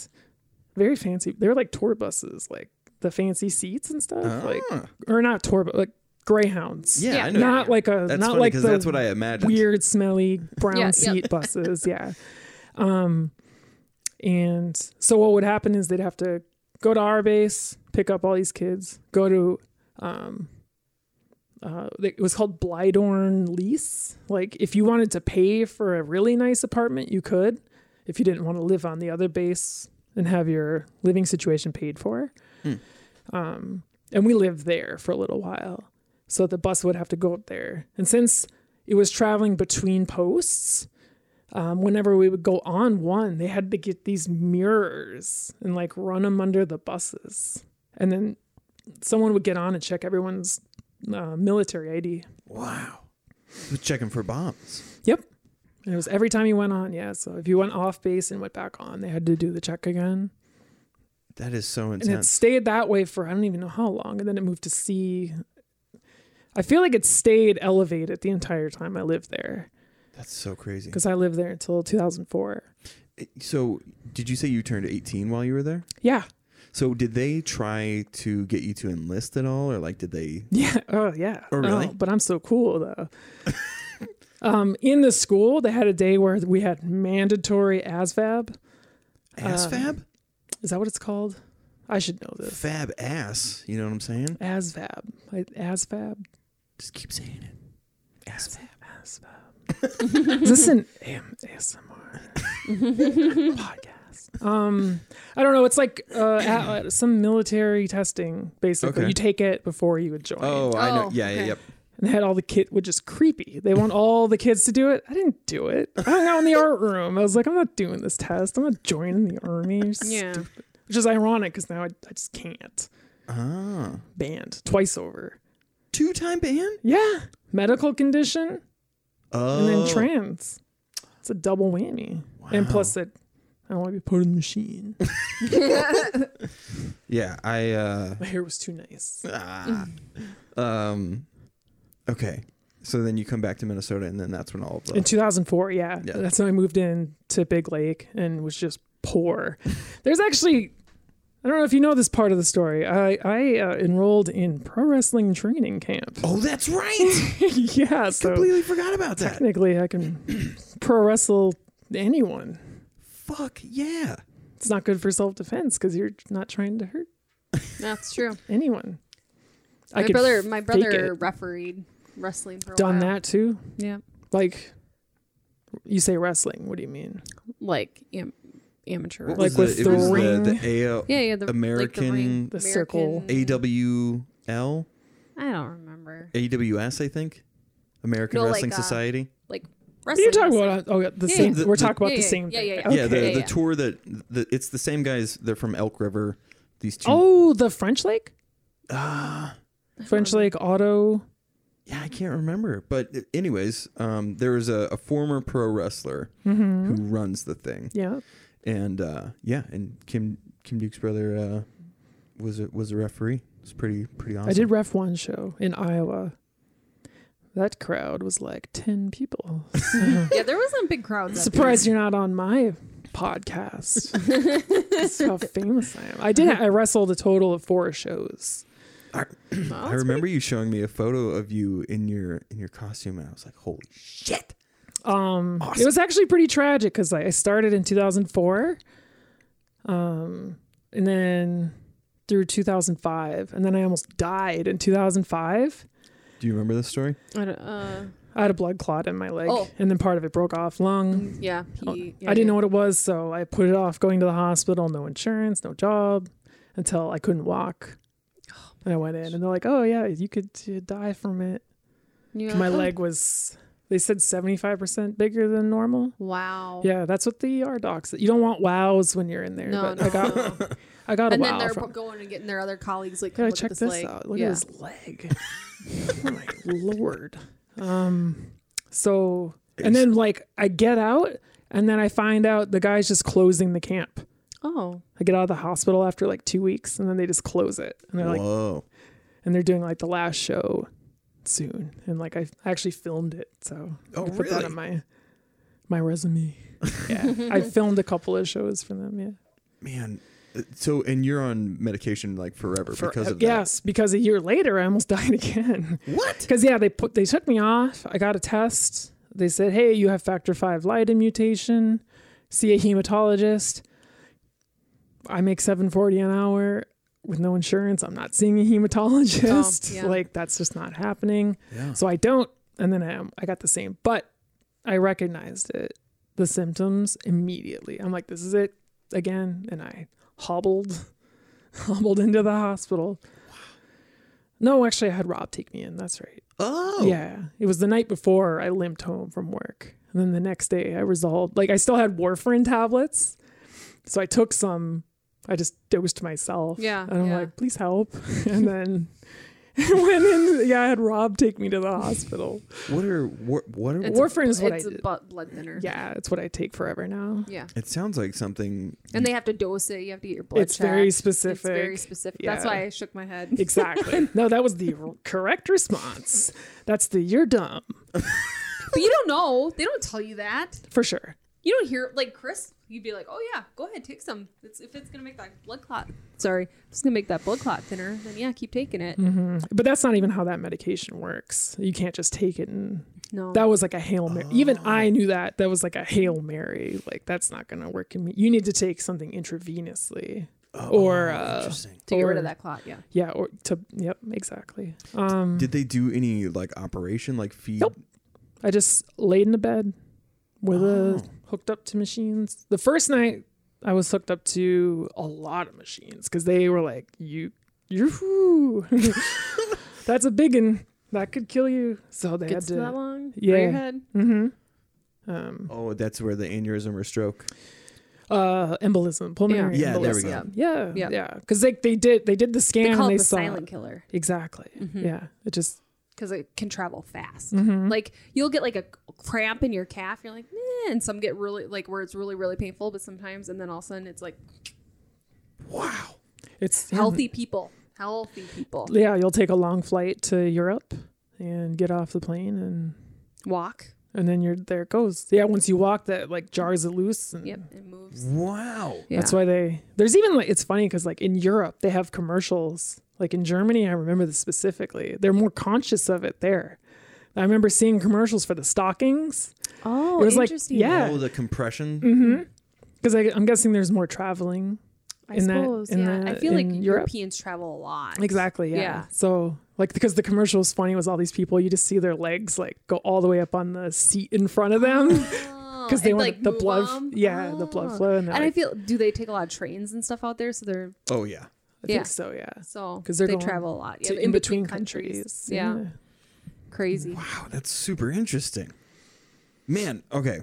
very fancy they were like tour buses like the fancy seats and stuff like
Ah.
or not tour but like greyhounds
yeah,
Yeah.
I know.
not like a
That's
not
funny
like the
because that's what I imagined.
weird, smelly brown
Yeah, yeah.
seat buses. Yeah. Um, and so what would happen is they'd have to go to our base, pick up all these kids, go to, um, uh, it was called Blydorn lease. Like if you wanted to pay for a really nice apartment, you could. If you didn't want to live on the other base and have your living situation paid for. Um, and we lived there for a little while. So the bus would have to go up there. And since it was traveling between posts. Um, whenever we would go on one, they had to get these mirrors and like run them under the buses. And then someone would get on and check everyone's uh, military ID.
Wow. Was checking for bombs.
Yep. And it was every time you went on. Yeah. So if you went off base and went back on, they had to do the check again.
That is so
and it
intense.
stayed that way for I don't even know how long, and then it moved to C. I feel like it stayed elevated the entire time I lived there,
That's so crazy.
because I lived there until 2004.
Eh, So, did you say you turned 18 while you were there?
Yeah.
So, did they try to get you to enlist at all, or like, did they?
Yeah. (laughs) Oh, yeah.
Oh, really?
but I'm so cool though. um, in the school, they had a day where we had mandatory ASVAB. Uh,
Ass fab?
Is that what it's called? I should know this.
Fab ass. You know what I'm saying?
ASVAB. Like, ASVAB.
Just keep saying it. Ass fab.
ASVAB. Is this an AM, ASMR podcast? Um, I don't know. It's like uh, a- uh, some military testing. Basically,
Okay.
you take it before you would join.
Oh, I know.
Oh,
Yeah, yeah,
okay.
yep.
and they had all the kid, which is creepy. They want all the kids to do it. I didn't do it. I hung out in the art room. I was like, I'm not doing this test. I'm not joining the army. You're
Yeah.
stupid. Which is ironic because now I, I just can't.
Ah.
Banned twice over.
Two time ban?
Yeah. Medical condition
Oh.
and then trans. It's a double whammy. And plus, it, I don't want to be part of the machine.
yeah, I, uh,
My hair was too nice.
ah. um, okay. So then you come back to Minnesota, and then that's when all of the.
In 2004, yeah.
Yeah.
That's when I moved in to Big Lake and was just
(laughs)
poor. There's actually, I don't know if you know this part of the story. I, I uh, enrolled in pro wrestling training
(laughs)
camp.
oh, that's (laughs) right.
yeah, so
Completely forgot about that.
technically I can (clears throat) pro wrestle anyone.
Fuck yeah.
It's not good for self defense because you're not trying to hurt
(laughs) That's true.
anyone.
My
could
brother,
f-
my
fake
brother
it.
refereed wrestling for a
done
while.
that too.
Yeah,
Like, you say wrestling. What do you mean?
like am- amateur.
What
Like
was
with
it
the
was
ring.
The, the AO,
yeah, yeah, the like the, ring,
American-
The circle.
American-
AWL,
I don't remember.
AWS, I think. American
No, like,
Wrestling
uh,
Society.
Like
What are you
wrestling.
talking about? Oh, yeah, the
Yeah,
same.
yeah.
We're talking about
Yeah,
the
yeah,
same
yeah,
thing.
yeah, yeah.
Yeah, the,
Okay.
the
yeah.
tour that the, it's the same guys. They're from Elk River. These two.
Oh, the French Lake?
Ah,
French Lake Auto.
yeah, I can't remember. But anyways, um, there was a, a former pro wrestler
Mm-hmm.
who runs the thing,
Yeah.
and uh, yeah, and Kim Kim Duke's brother uh, was a, was a referee. It's pretty pretty awesome.
I did ref one show in Iowa. That crowd was like 10 people. So,
Yeah, there wasn't big crowds. up
(laughs) surprised you're not on my (laughs) podcast. That's how famous I am. I did. I wrestled a total of four shows.
there. Well,
I remember you showing me a photo of you in your in your costume, and I was like, "Holy shit!"
Um, It was actually pretty tragic because I started in 2004, um, and then through 2005, and then I almost died in 2005.
Do you remember this story?
I don't- uh,
I had a blood clot in my leg,
Oh.
and then part of it broke off lung.
mm, yeah, he, yeah,
Oh, I didn't
yeah.
know what it was, so I put it off going to the hospital, no insurance, no job, until I couldn't walk.
Oh
And I went in, and they're like, "Oh yeah, you could uh, die from it."
You were
My
like, oh, (laughs)
leg was, they said, seventy-five percent bigger than normal.
Wow.
Yeah, that's what the ER docs. You don't want wows when you're in there.
Oh. No,
but
no.
I got, (laughs)
(laughs) no.
I got a
and
wow
then they're
from.
going and getting their other colleagues like,
Gotta
look
check
at this,
this,
leg.
out. Look
yeah.
at his leg. (laughs) oh my lord. Um. So and then like I get out and then I find out the guy's just closing the camp.
Oh,
I get out of the hospital after like two weeks and then they just close it and they're like
Whoa!
and they're doing like the last show soon and like I actually filmed it so
Oh,
I put that
really?
on my my
(laughs)
resume. Yeah, I filmed a couple of shows for them. Yeah.
Man, Uh, so and you're on medication like forever because
Uh,
of
yes because a year later i almost (laughs) died again
that. What?
because yeah they put they took me off i got a test they said hey you have factor 5 leiden mutation see a hematologist i make 740 an hour with no insurance i'm not seeing a
(laughs)
hematologist
Oh, yeah.
like that's just not happening
Yeah.
so i don't and then i, I got the same but i recognized it the symptoms immediately i'm like this is it again and i hobbled (laughs) hobbled into the hospital no actually i had rob take me in that's right
Oh.
yeah it was the night before i limped home from work and then the next day i resolved like i still had warfarin tablets so i took some i just dosed myself
Yeah,
and i'm
yeah.
like please help (laughs) and then (laughs) went in yeah i had rob take me to the hospital
What are what, what are?
It's a-
warfarin is what
it's
I
a
did.
bu- blood thinner.
yeah it's what i take forever now
yeah.
It sounds like something.
And they have to dose it. You have to get your blood.
It's very
checked. It's very
specific.
specific. That's
Yeah.
why I shook my head.
Exactly. no, that was the r- correct response. That's the you're dumb.
(laughs) But you don't know. They don't tell you that.
for sure.
You don't hear like Chris. You'd be like, "Oh yeah, go ahead, take some. It's, if it's gonna make that blood clot, sorry, if it's gonna make that blood clot thinner, then yeah, keep taking it."
Mm. But that's not even how that medication works. You can't just take it and
No,
that was like a hail mary. Even
Oh.
I knew that that was like a hail mary. Like that's not gonna work. In me. You need to take something intravenously, or uh,
Oh, Interesting.
to get rid
or-
of that clot. Yeah,
yeah, or to yep, exactly. Um,
Did they do any like operation, like feed?
Nope. I just laid in a bed with
Oh.
a hooked up to machines. The first night I was hooked up to a lot of machines because they were like, you, you, (laughs) that's a big one. That could kill you. So they
gets to
had
that
to.
long.
yeah.
Rear head.
Mm-hmm. Um,
Oh, that's where the aneurysm or stroke.
uh, embolism, pulmonary
Yeah,
embolism.
there we go.
Yeah.
Yeah,
Yeah.
yeah, because they they did they did the scan
They call
and
it
they
the
saw
silent Mm-hmm. killer
exactly. Yeah, it just
because it can travel fast.
Mm-hmm.
Like you'll get like a cramp in your calf. You're like, eh, and some get really like where it's really really painful. But sometimes, and then all of a sudden, it's like
it's
healthy people, healthy people
Yeah, you'll take a long flight to Europe and get off the plane and
walk.
and then you're there it goes. Yeah, once you walk, that like jars it loose. And
Yep, it moves.
Wow.
Yeah.
That's why they. There's even like it's funny because like in Europe they have commercials. Like in Germany, I remember this specifically. They're more conscious of it there. I remember seeing commercials for the stockings
Oh,
It was like-
interesting.
yeah. Mm-hmm.
Oh, the compression.
because I'm guessing there's more traveling.
I
in that-
suppose.
in
yeah, I
the-
feel like
in Europe.
Europeans travel a lot.
Exactly. Yeah.
Yeah.
So like because the commercial was funny was all these people you just see their legs like go all the way up on the seat in front
(laughs)
of them.
because
'Cause they want the blood- yeah, the blood
Oh.
flow and
And,
they're
I
like-
feel do they take a lot of trains and stuff out there? So they're
Oh yeah.
I
Yeah.
think so. Yeah.
so
'Cause they're
they
going
travel a lot yeah,
To
in between countries. Yeah, crazy.
Wow, that's super interesting. Man, okay.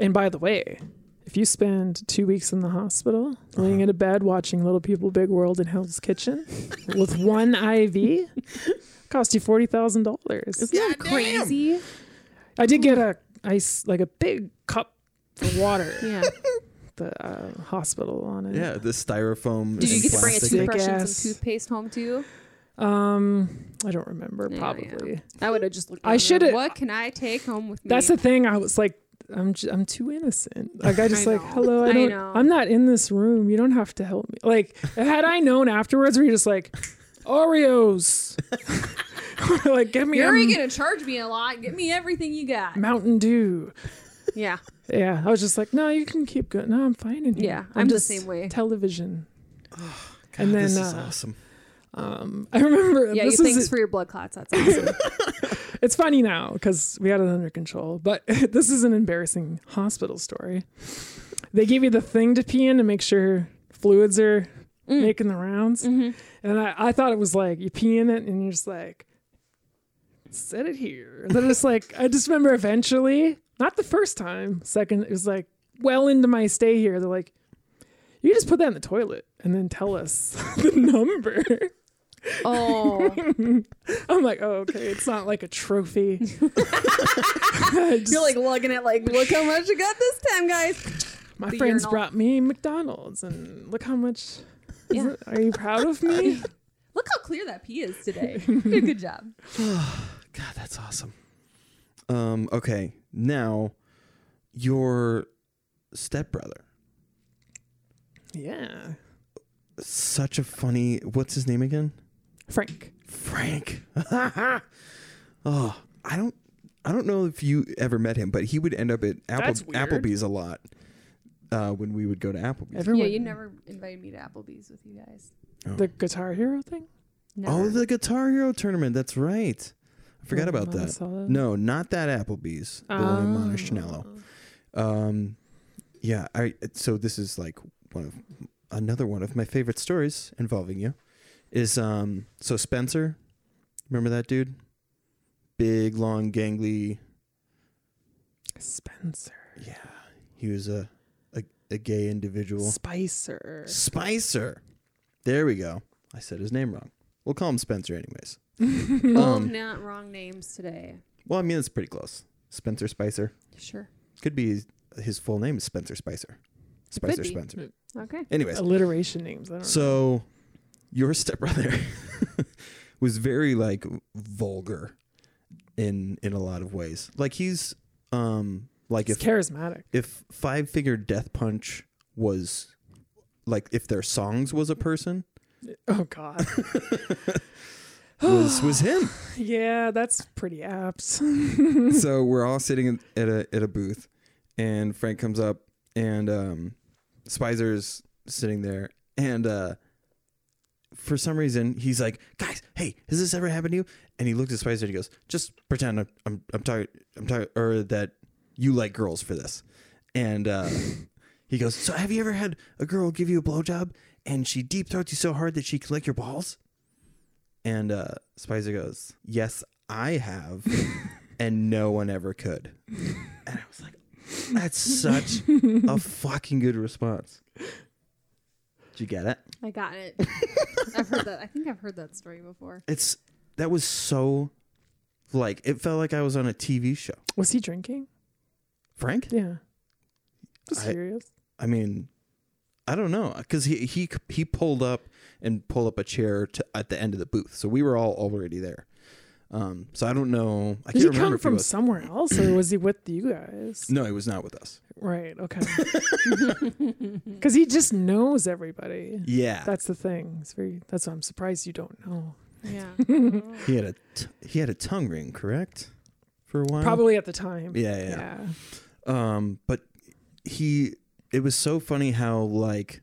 And by the way, if you spend two weeks in the hospital,
Uh-huh.
laying in a bed watching Little People Big World in Hell's Kitchen (laughs) with
(laughs)
one IV, cost you forty thousand dollars.
Isn't that crazy?
I did get a ice like a big cup for water.
Yeah.
the uh, hospital on it.
Yeah, the styrofoam.
(laughs) Did you
and
get to bring a
plastic.
Sick
toothbrush and
ass.
some toothpaste home too?
Um, I don't remember.
Yeah, yeah.
probably.
I would have just looked.
I
around and
shoulda-
What can I take home with me?
That's the thing. I was like, I'm j- I'm too
(laughs)
innocent. Like I just
I
like,
know.
hello, I
I
don't.
know.
I am not in this room. You don't have to help me. Like had I known afterwards, where you're just like, Oreos, (laughs) Or, like get me
You're
a
already gonna charge me a lot. Get me everything you got.
Mountain Dew.
Yeah.
Yeah, I was just like, no, you can keep going. No, I'm fine in here.
Yeah, I'm the same way.
Television.
God,
and then,
this is
uh,
awesome.
Um, I remember.
Yeah. You,
this is
thanks for your blood clots. That's
(laughs)
awesome. (laughs)
It's funny now because we had it under control, but (laughs) this is an embarrassing hospital story. They give you the thing to pee in to make sure fluids are making the rounds. And I, I thought it was like you pee in it and you're just like, set it here. And then it's like, I just remember eventually, not the first time, second, it was like well into my stay here. They're like, you just put that in the toilet and then tell us (laughs) the number. (laughs)
oh,
I'm like, oh, okay. It's not like a trophy.
you're like lugging it. Like, look how much you got this time, guys.
My
the
friends
urinal.
brought me McDonald's, and look how much.
Yeah.
isn't- Are you proud of me?
Look how clear that pee is today. You did a good job.
God, that's awesome. Um, okay, now your stepbrother.
yeah,
Such a funny. What's his name again?
Frank.
Frank. (laughs) oh, I don't. I don't know if you ever met him, but he would end up at Apple,
That's weird.
Applebee's a lot uh, when we would go to Applebee's.
(laughs) Everyone.
Yeah, you never invited me to Applebee's with you guys.
the Guitar Hero thing.
Never.
Oh, the Guitar Hero tournament. That's right. I forgot
Oh,
about that.
Monticello.
No, not that Applebee's.
Oh.
The one in Monticello. Um, yeah. I. So this is like one of another one of my favorite stories involving you is um. So Spencer, remember that dude? Big, long, gangly.
Spencer.
Yeah. He was a a, a gay individual.
Spicer.
Spicer. There we go. I said his name wrong. We'll call him Spencer anyways. Um,
Both not wrong names today.
Well, I mean, it's pretty close. Spencer Spicer.
Sure.
Could be his, his full name is Spencer Spicer. Spicer
be.
Spencer.
Okay.
Anyways,
Alliteration names. Hmm. I don't know.
so (laughs) your stepbrother was very like vulgar in in a lot of ways. Like he's um like
It's
if
charismatic.
if Five Figure Death Punch was like if their songs was a
(gasps)
person
Oh
(laughs)
God. (laughs)
was was him.
yeah, that's pretty apt.
so we're all sitting in- at a at a booth, and Frank comes up, and um, Spizer's sitting there, and uh, for some reason he's like, "Guys, hey, has this ever happened to you?" And he looks at Spicer and he goes, "Just pretend I'm I'm, I'm tired, I'm tired, or that you like girls for this." And uh, he goes, "So have you ever had a girl give you a blowjob and she deep throats you so hard that she can lick your balls?" And uh, Spicer goes, "Yes, I have." and no one ever (laughs) could. And I was like, that's such a fucking good response. Did you get it?
I got
(laughs)
it. I've heard that. I think I've heard that story
(laughs)
before.
It's that was so like it felt like I was on a TV show.
Was he drinking?
Frank?
Yeah. Just
I-
curious.
I mean, I don't know cuz he he he pulled up and pulled up a chair to, at the end of the booth. So we were all already there. Um, so I don't know. I
Did
can't
he
remember
come
if
from
was.
somewhere else, or was he with you guys?
(clears throat) No, he was not with us.
Right. Okay. Because he just knows everybody.
Yeah.
That's the thing. It's very. That's why I'm surprised you
(laughs)
don't know.
(laughs) Yeah.
he had a t- he had a tongue ring, correct? For a while.
Probably at the time.
Yeah, yeah. yeah.
Yeah.
um but he it was so funny how like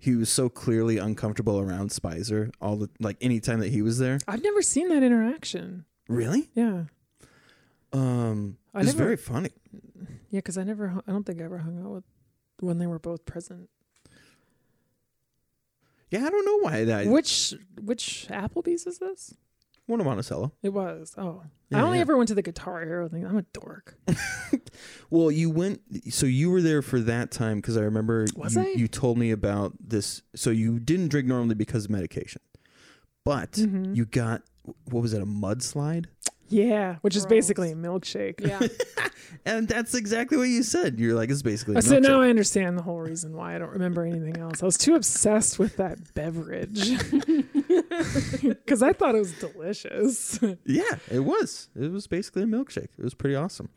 he was so clearly uncomfortable around Spicer all the like any time that he was there.
I've never seen that interaction.
Really?
Yeah.
Um
I
it's
never-
very funny.
Yeah. Because I never. hu- I don't think I ever hung out with when they were both present.
Yeah, I don't know why that
which which Applebee's is this?
one of Monticello.
It was. Oh, I
Yeah,
only
yeah.
ever went to the Guitar Hero thing. I'm a dork.
Well, you went so you were there for that time cuz I remember
Was
you,
I?
you told me about this so you didn't drink normally because of medication. But
Mhm.
you got what was it a mudslide?
Yeah, which is
Gross.
basically a milkshake.
Yeah.
And that's exactly what you said. You're like it's basically a
(laughs) So
milkshake.
now I understand the whole reason why I don't remember anything else. I was too obsessed with that
(laughs)
beverage (laughs) because I thought it was delicious. And
Yeah, it was. It was basically a milkshake. It was pretty awesome.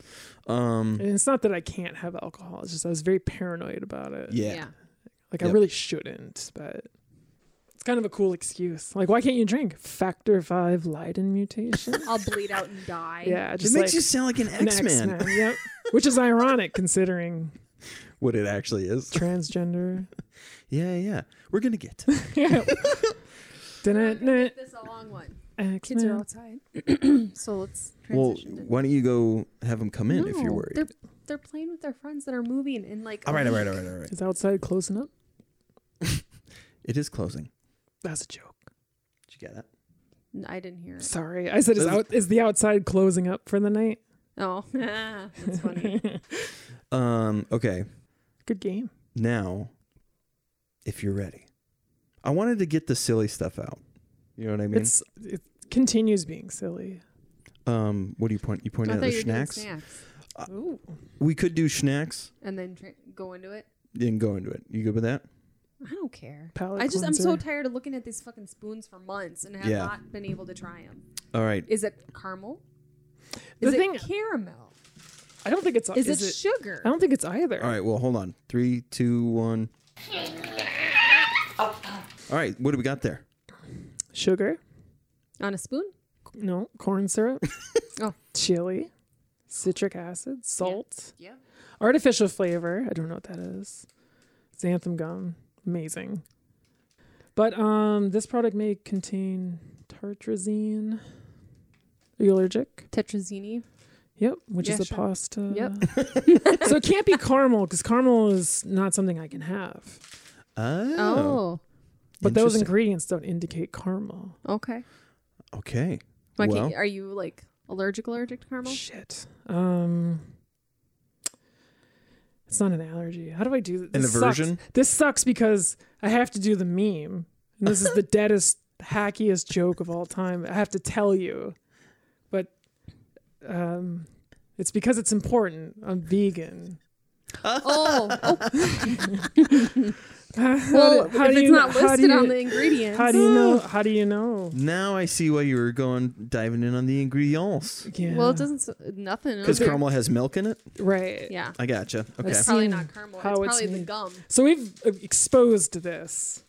Um,
it's not that I can't have alcohol; it's just I was very paranoid about it.
yeah.
like I
Yep.
really shouldn't, but it's kind of a cool excuse. Like, why can't you drink? Factor Five
(laughs)
Leiden mutation.
I'll bleed out and die.
yeah,
It
just
makes
like-
you sound like an
An
X Man.
X-Men, yep. Which is ironic considering
(laughs) What it actually
(laughs)
is. (laughs)
transgender.
Yeah, yeah. We're gonna get. To that.
Dun-dun-dun.
Make this a long one. Kids are
X-Men.
outside, (clears throat) so let's
well,
transition. to-
why don't you go have them come in if
No,
you're worried?
They're, they're playing with their friends that are moving and like.
All right, all
(laughs)
right, all right, all right.
Is outside closing up?
It is closing.
That's a joke.
Did you get that?
N- I didn't hear it.
Sorry, I said is, out, is the outside closing up for the night?
Oh, (laughs)
(laughs)
that's funny.
Um. Okay.
(laughs) Good game.
Now, if you're ready, I wanted to get the silly stuff out. You know what I mean?
It's it continues being silly.
um. What do you point? You
I
point
thought
out
you were
the
doing
snacks.
snacks
Ooh.
We could do snacks
and then tra- go into it.
and go into it. You good with that?
I don't care.
Palate
I just I'm so
cleanser.
tired of looking at these fucking spoons for months and have
Yeah.
not been able to try them.
All right.
Is it caramel?
The
Is it
thing-
caramel?
I don't think it's
Is, it,
it- Oh.
sugar?
I don't think it's either.
All right, well, hold on. Three, two, one. All right, what do we got there?
Sugar?
On a spoon?
No. Corn (laughs) syrup?
Oh.
Chili? Citric acid? Salt?
Yeah.
Artificial flavor. I don't know what that is. Xanthan gum. Amazing. But um, this product may contain tartrazine. Are you allergic?
Tetrazzini.
Yep, which
Yeah,
is a
sure.
pasta.
Yep. (laughs)
(laughs) so it can't be caramel because caramel is not something I can have.
Oh.
Oh.
But those
Interesting.
ingredients don't indicate caramel.
Okay.
Oh. Okay.
Why
well,
can't you, are you like allergic allergic to caramel?
Shit. Um, it's not an allergy. How do I do
An
this? This sucks.
aversion?
This sucks because I have to do the meme, and this is
(laughs)
the deadest, hackiest joke of all time. I have to tell you, but um, it's because it's (laughs) important. I'm vegan.
oh, oh,
How,
Well,
do- how
if
do
it's
you kn-
not
how do
listed on
you-
the ingredients,
How do you know? How do
(laughs)
you know?
Now I see why you were going diving in on the ingredients.
Yeah.
well, it doesn't s- nothing.
Because
other-
caramel has milk in it.
Right.
yeah,
I gotcha. Okay.
it's probably
seen
not caramel.
how
It's
it's
probably the
made.
gum.
So we've uh, exposed this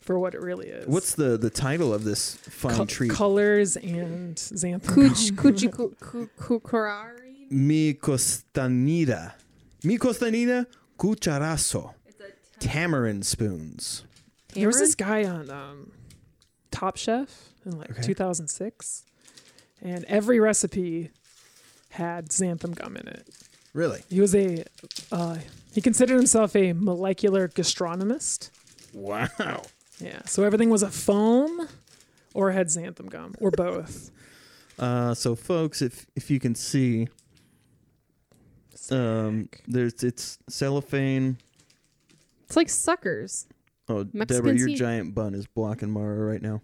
for what it really is.
What's the the title of this fun
Co-
treat?
colors and xanthan?
(laughs) Kuch kuchi ku- ku- ku- kurari.
Mi costanida. Mi costanida cucharazo.
It's a
Tamarind spoons.
There was this
tamarind.
guy on um, Top Chef in like
Okay.
2006, and every recipe had xanthan gum in it.
Really?
He was a uh, he considered himself a molecular gastronomist.
Wow.
Yeah, so everything was a foam or had xanthan gum or both.
Uh, so, folks, if if you can see, um, there's it's cellophane.
It's like suckers.
Oh, Deborah,
Mexican
your
tea.
giant bun is blocking Mara right now.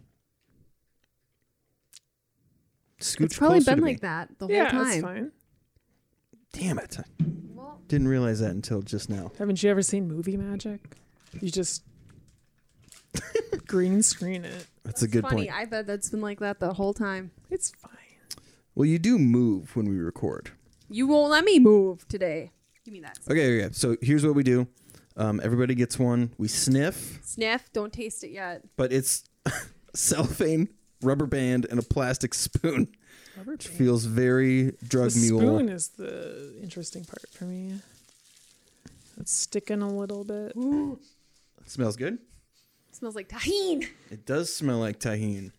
Scooch
It's probably
closer
been
to
like
me.
that (laughs) the
yeah,
whole
that's
time.
fine.
Damn it! I
Well,
didn't realize that until just now.
Haven't you ever seen movie magic?
(laughs)
You just green screen it.
That's, a good
funny.
point.
I bet that's been like that the whole time.
It's fine.
Well, you do move when we record.
You won't let me move today. Give me that.
Okay, okay. So here's what we do. Um, everybody gets one. We sniff,
Sniff. Don't taste it yet.
but it's (laughs) cellophane, rubber band, and a plastic spoon.
Rubber
Which
band.
feels very drug
the
mule.
spoon is the interesting part for me. It's sticking a little bit.
smells good.
smells like tahine.
It does smell like tahine.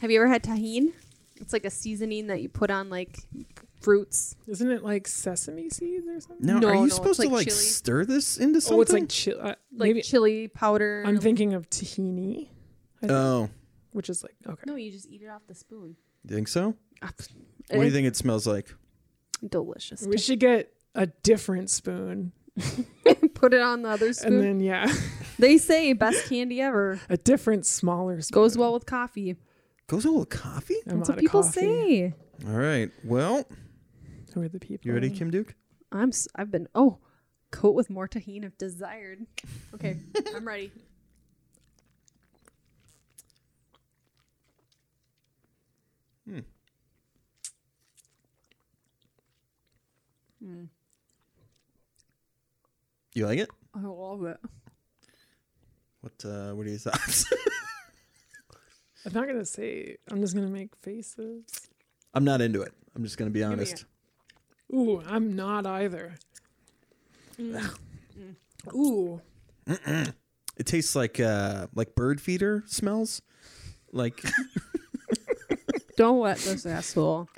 Have you ever had tahine? It's like a seasoning that you put on like fruits.
Isn't it like sesame seeds or something?
Now,
No,
are you
no, it's
supposed to
like
like
chili.
stir this into something?
Oh, it's like chi- uh,
Like
maybe
chili powder.
I'm thinking of tahini, I think,
Oh,
which is like okay.
No, you just eat it off the spoon.
you think so? What do you think it smells like?
Delicious.
(laughs) We should get a different spoon,
Put it on the other spoon.
and then yeah, (laughs)
they say best candy ever
a different smaller spoon.
goes well with coffee.
Goes all with coffee?
I'm
That's
out
what
of
people
coffee.
say.
All right. Well,
Who are the people?
you ready, Kim Duke?
I'm. s- I've been. Oh, coat with more tahine if desired. Okay, I'm
(laughs)
ready.
You like it?
I love it.
What uh, What are your thoughts? (laughs)
I'm not gonna say. I'm just gonna make faces.
I'm not into it. I'm just gonna be
me
honest.
Ooh, I'm not either.
Mm.
Ooh,
It tastes like uh, like bird feeder smells. Like (laughs)
Don't let this asshole.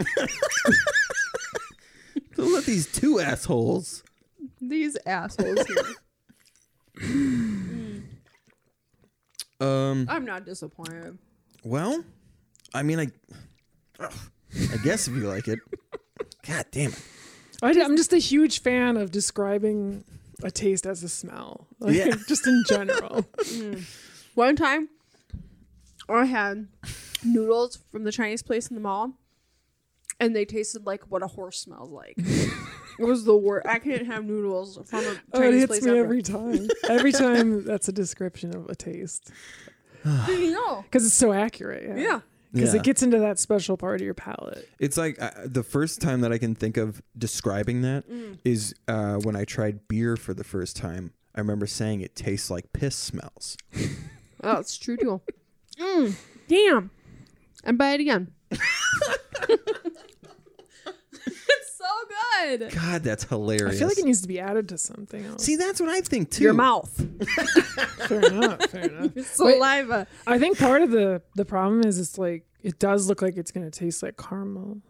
don't let these two assholes.
These assholes. Here.
(laughs)
Um.
I'm not disappointed.
Well, I mean, I. Ugh. I guess if you like it. God damn it.
I, am just a huge fan of describing a taste as a smell. Like,
Yeah.
(laughs) just in
(laughs)
general.
One time, I had noodles from the Chinese place in the mall, and they tasted like what a horse smells
(laughs)
like. it was the worst. I can't have noodles from a
oh, it
Chinese
hits
place
me
ever.
every time.
(laughs)
Every time that's a description of a taste
no.
because it's so accurate.
Yeah.
Because
Yeah.
it gets into that special part of your palate.
It's like uh, the first time that I can think of describing that
Mm.
is uh, when I tried beer for the first time. I remember saying it tastes like piss smells.
Oh, it's true too. (laughs) Mm, damn. And buy it (laughs) again. it's so good.
God, that's hilarious.
I feel like it needs to be added to something else.
See, that's what I think too.
Your mouth.
fair enough. Fair
(laughs)
enough.
Saliva.
I think part of the the problem is it's like it does look like it's gonna taste like caramel,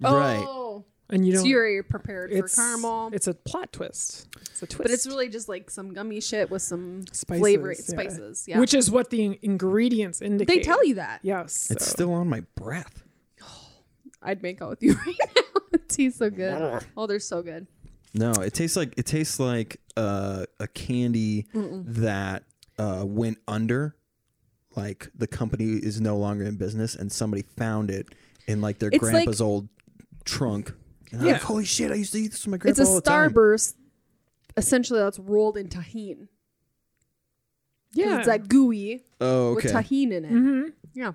Right.
Oh.
and you don't.
So you're already prepared for
it's
caramel.
It's a plot twist. It's a twist.
But it's really just like some gummy shit with some
Spices,
flavor
yeah.
spices. Yeah.
Which is what the in- ingredients indicate.
they tell you that.
Yes.
It's
so-
still on my breath.
I'd make out with you (laughs) right now. it tastes so good. Oh, they're so good.
No, it tastes like it tastes like uh, a candy that uh, went under. Like the company is no longer in business, and somebody found it in like their
It's like-
grandpa's old trunk. And I'm
Yeah.
like, holy shit! I used to eat this with my grandpa
It's a
all the time.
starburst. Essentially, that's rolled in tahine.
Yeah.
It's that gooey
Oh,
with
okay.
tahine in it.
Mhm.
Yeah.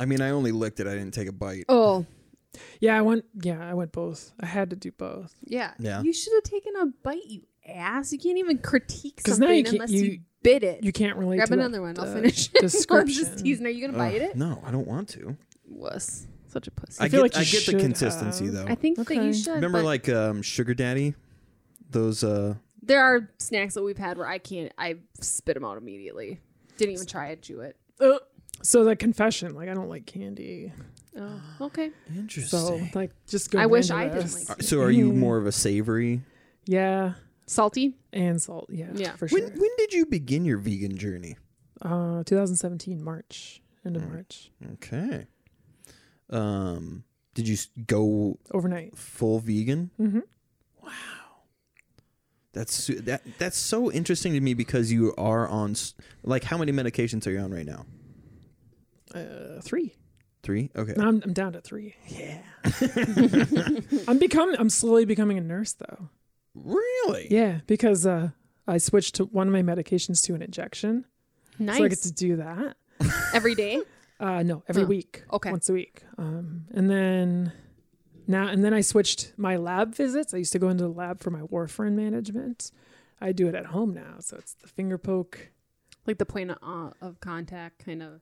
I mean, I only licked it. I didn't take a bite.
Oh,
Yeah, I went. Yeah, I went both. I had to do both
yeah.
Yeah.
You should have taken a bite, you ass. You can't even critique
'Cause now you
something unless
can't-
you,
you-
bit it.
you can't relate.
Grab
to that,
another one. I'll
uh,
finish. (laughs)
Description.
I'm just teasing. Are you gonna bite
Ugh,
it?
No, I don't want to.
Wuss. Such a pussy.
I,
I,
feel
get,
like you
I get
should
the consistency
have.
though.
think um, that
Okay.
you should.
Remember,
but
like um, Sugar Daddy, those. uh
there are snacks that we've had where I can't. I spit them out immediately. Didn't even try it. Chew it. Oh.
So the confession, like I don't like candy.
Oh, okay.
So
Interesting.
like just go.
I wish
into
I didn't
this.
like
Uh, So, are you
Hmm.
more of a savory?
Yeah,
Salty.
and salt. Yeah,
Yeah.
for
When
sure.
when did you begin your vegan journey?
Uh, 2017 March, end
Mm.
of March,
Okay. Um, did you s- go
overnight.
full vegan?
Mhm.
Wow. That's su- that that's so interesting to me because you are on s- like how many medications are you on right now?
Uh, three.
Three. Okay.
No, I'm, I'm down to three. Yeah. (laughs) I'm becoming. I'm slowly becoming a nurse though.
Really?
Yeah, because uh, I switched to one of my medications to an injection,
Nice.
so I get to do that.
Every day.
Uh, no, every
Oh,
week.
okay.
once a week. Um, and then now and then I switched my lab visits. I used to go into the lab for my warfarin management. I do it at home now, so it's the finger poke.
Like the point of, uh, of contact, kind of.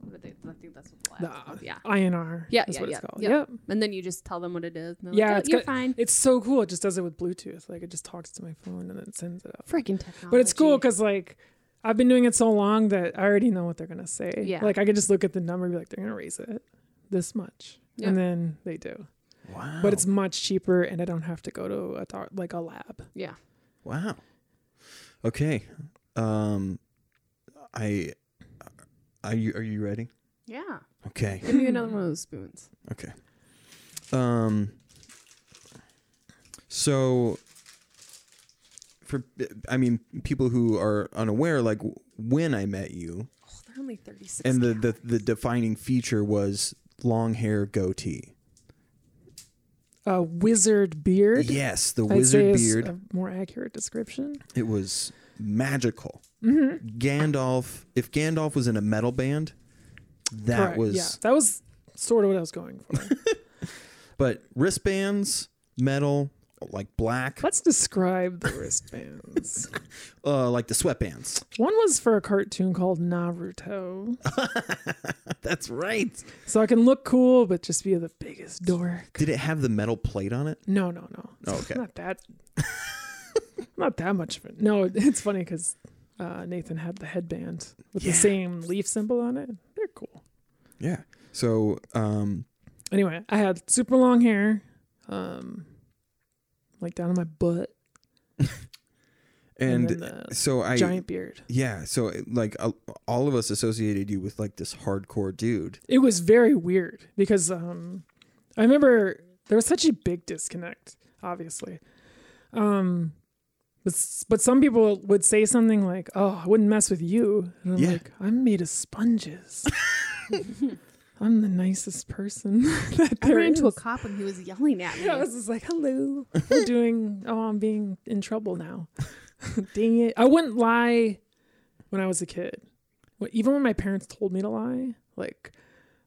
What are they, I think that's what the lab
The, uh,
is called, Yeah.
INR.
Yeah,
is
yeah,
what
yeah,
it's called.
yeah.
Yep.
And then you just tell them what it is. and they're like,
Yeah,
"Oh,
it's
you're
good.
fine.
It's so cool. It just does it with Bluetooth. Like it just talks to my phone and then sends it up.
Freaking technology.
But it's cool because like I've been doing it so long that I already know what they're gonna say.
Yeah.
Like I could just look at the number and be like, they're gonna raise it this much.
Yeah.
And then they do.
Wow.
But it's much cheaper and I don't have to go to a doc- like a lab.
Yeah.
wow. Okay. Um, I are you are you ready?
Yeah.
Okay.
Give me another one of those spoons.
Okay. Um. So, for I mean, people who are unaware, like when I met you,
(laughs) Oh, they're only 36.
and the the, the defining feature was long hair goatee.
a wizard beard. Oh.
Yes, the
I'd say
wizard
is
beard.
A more accurate description. Mm-hmm.
It was magical. Gandalf. If Gandalf was in a metal band, that
Correct,
was.
yeah. That was sort of what I was going for.
(laughs) But wristbands, metal, like black,
Let's describe the wristbands.
uh, like the sweatbands.
One was for a cartoon called Naruto,
That's right.
so I can look cool but just be the biggest dork.
Did it have the metal plate on it?
No, no, no.
Oh, okay.
not that. (laughs) not that much of it. No, it's funny because uh, Nathan had the headband with
Yeah.
the same leaf symbol on it. They're cool.
Yeah. So, um,
anyway, I had super long hair, um, like down on my butt,
and,
then the
so I,
giant beard.
yeah. So like uh, all of us associated you with like this hardcore dude.
It was very weird because um, I remember there was such a big disconnect, obviously. Um, but, s- but some people would say something like, "Oh, I wouldn't mess with you," and I'm
Yeah.
like, "I'm made of sponges." I'm the nicest person (laughs) that
(laughs) I
there
ran into a
is."
cop and he was yelling at me.
Yeah, (laughs) I was just like, hello. We're doing, (laughs) oh, I'm being in trouble now. (laughs) Dang it. I wouldn't lie when I was a kid. Wh- Even when my parents told me to lie, like,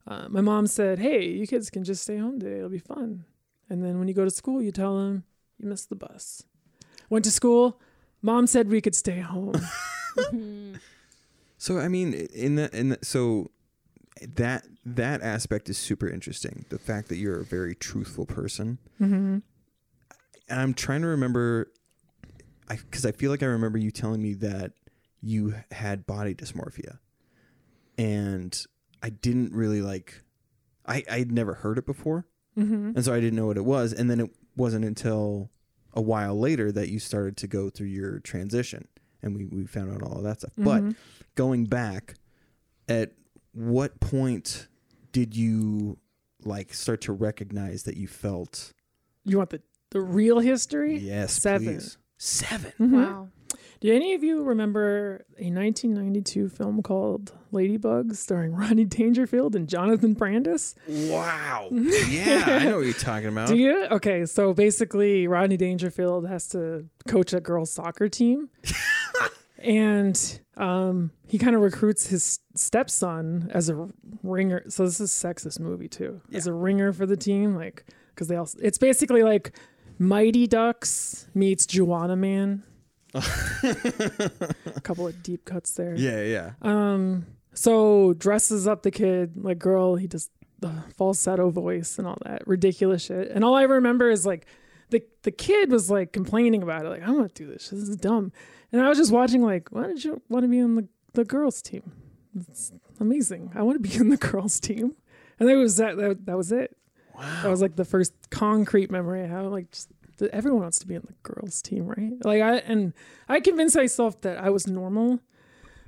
uh, my mom said, hey, you kids can just stay home today. It'll be fun. And then when you go to school, you tell them you missed the bus. Went to school, mom said we could stay home.
Mm-hmm.
So, I mean, in that, in that, so that, that aspect is super interesting. The fact that you're a very truthful person.
mm-hmm.
And I'm trying to remember, I, cause I feel like I remember you telling me that you had body dysmorphia and I didn't really like, I, I'd never heard it before.
Mm-hmm.
and so I didn't know what it was. And then it wasn't until a while later that you started to go through your transition, and we we found out all of that stuff.
Mm-hmm.
But going back, at what point did you like start to recognize that you felt
You want the, the real history?
yes,
Seven.
please. seven?
Mhm.
wow.
Do any of you remember a 1992 film called Ladybugs starring (laughs) Ronnie Dangerfield and Jonathan Brandis? (laughs)
Wow. Yeah, I know what you're talking about.
Do you? Okay, so basically, Rodney Dangerfield has to coach a girls' soccer team. and um, he kind of recruits his stepson as a ringer. So this is sexist movie too, as a ringer for the team, like because they also it's basically like Mighty Ducks meets Juana Man. a couple of deep cuts there.
Yeah, yeah.
Um, so dresses up the kid like girl. He does the falsetto voice and all that ridiculous shit. And all I remember is like the the kid was like complaining about it, like I don't want to do this. This is dumb. And I was just watching, like, why did you want to be on the the girls team? It's amazing. I want to be (laughs) in the girls team. And that was that. That, that was it. Wow. That was like the first concrete memory I have. Like, just, that everyone wants to be on the girls team, right? Like, I and I convinced myself that I was normal.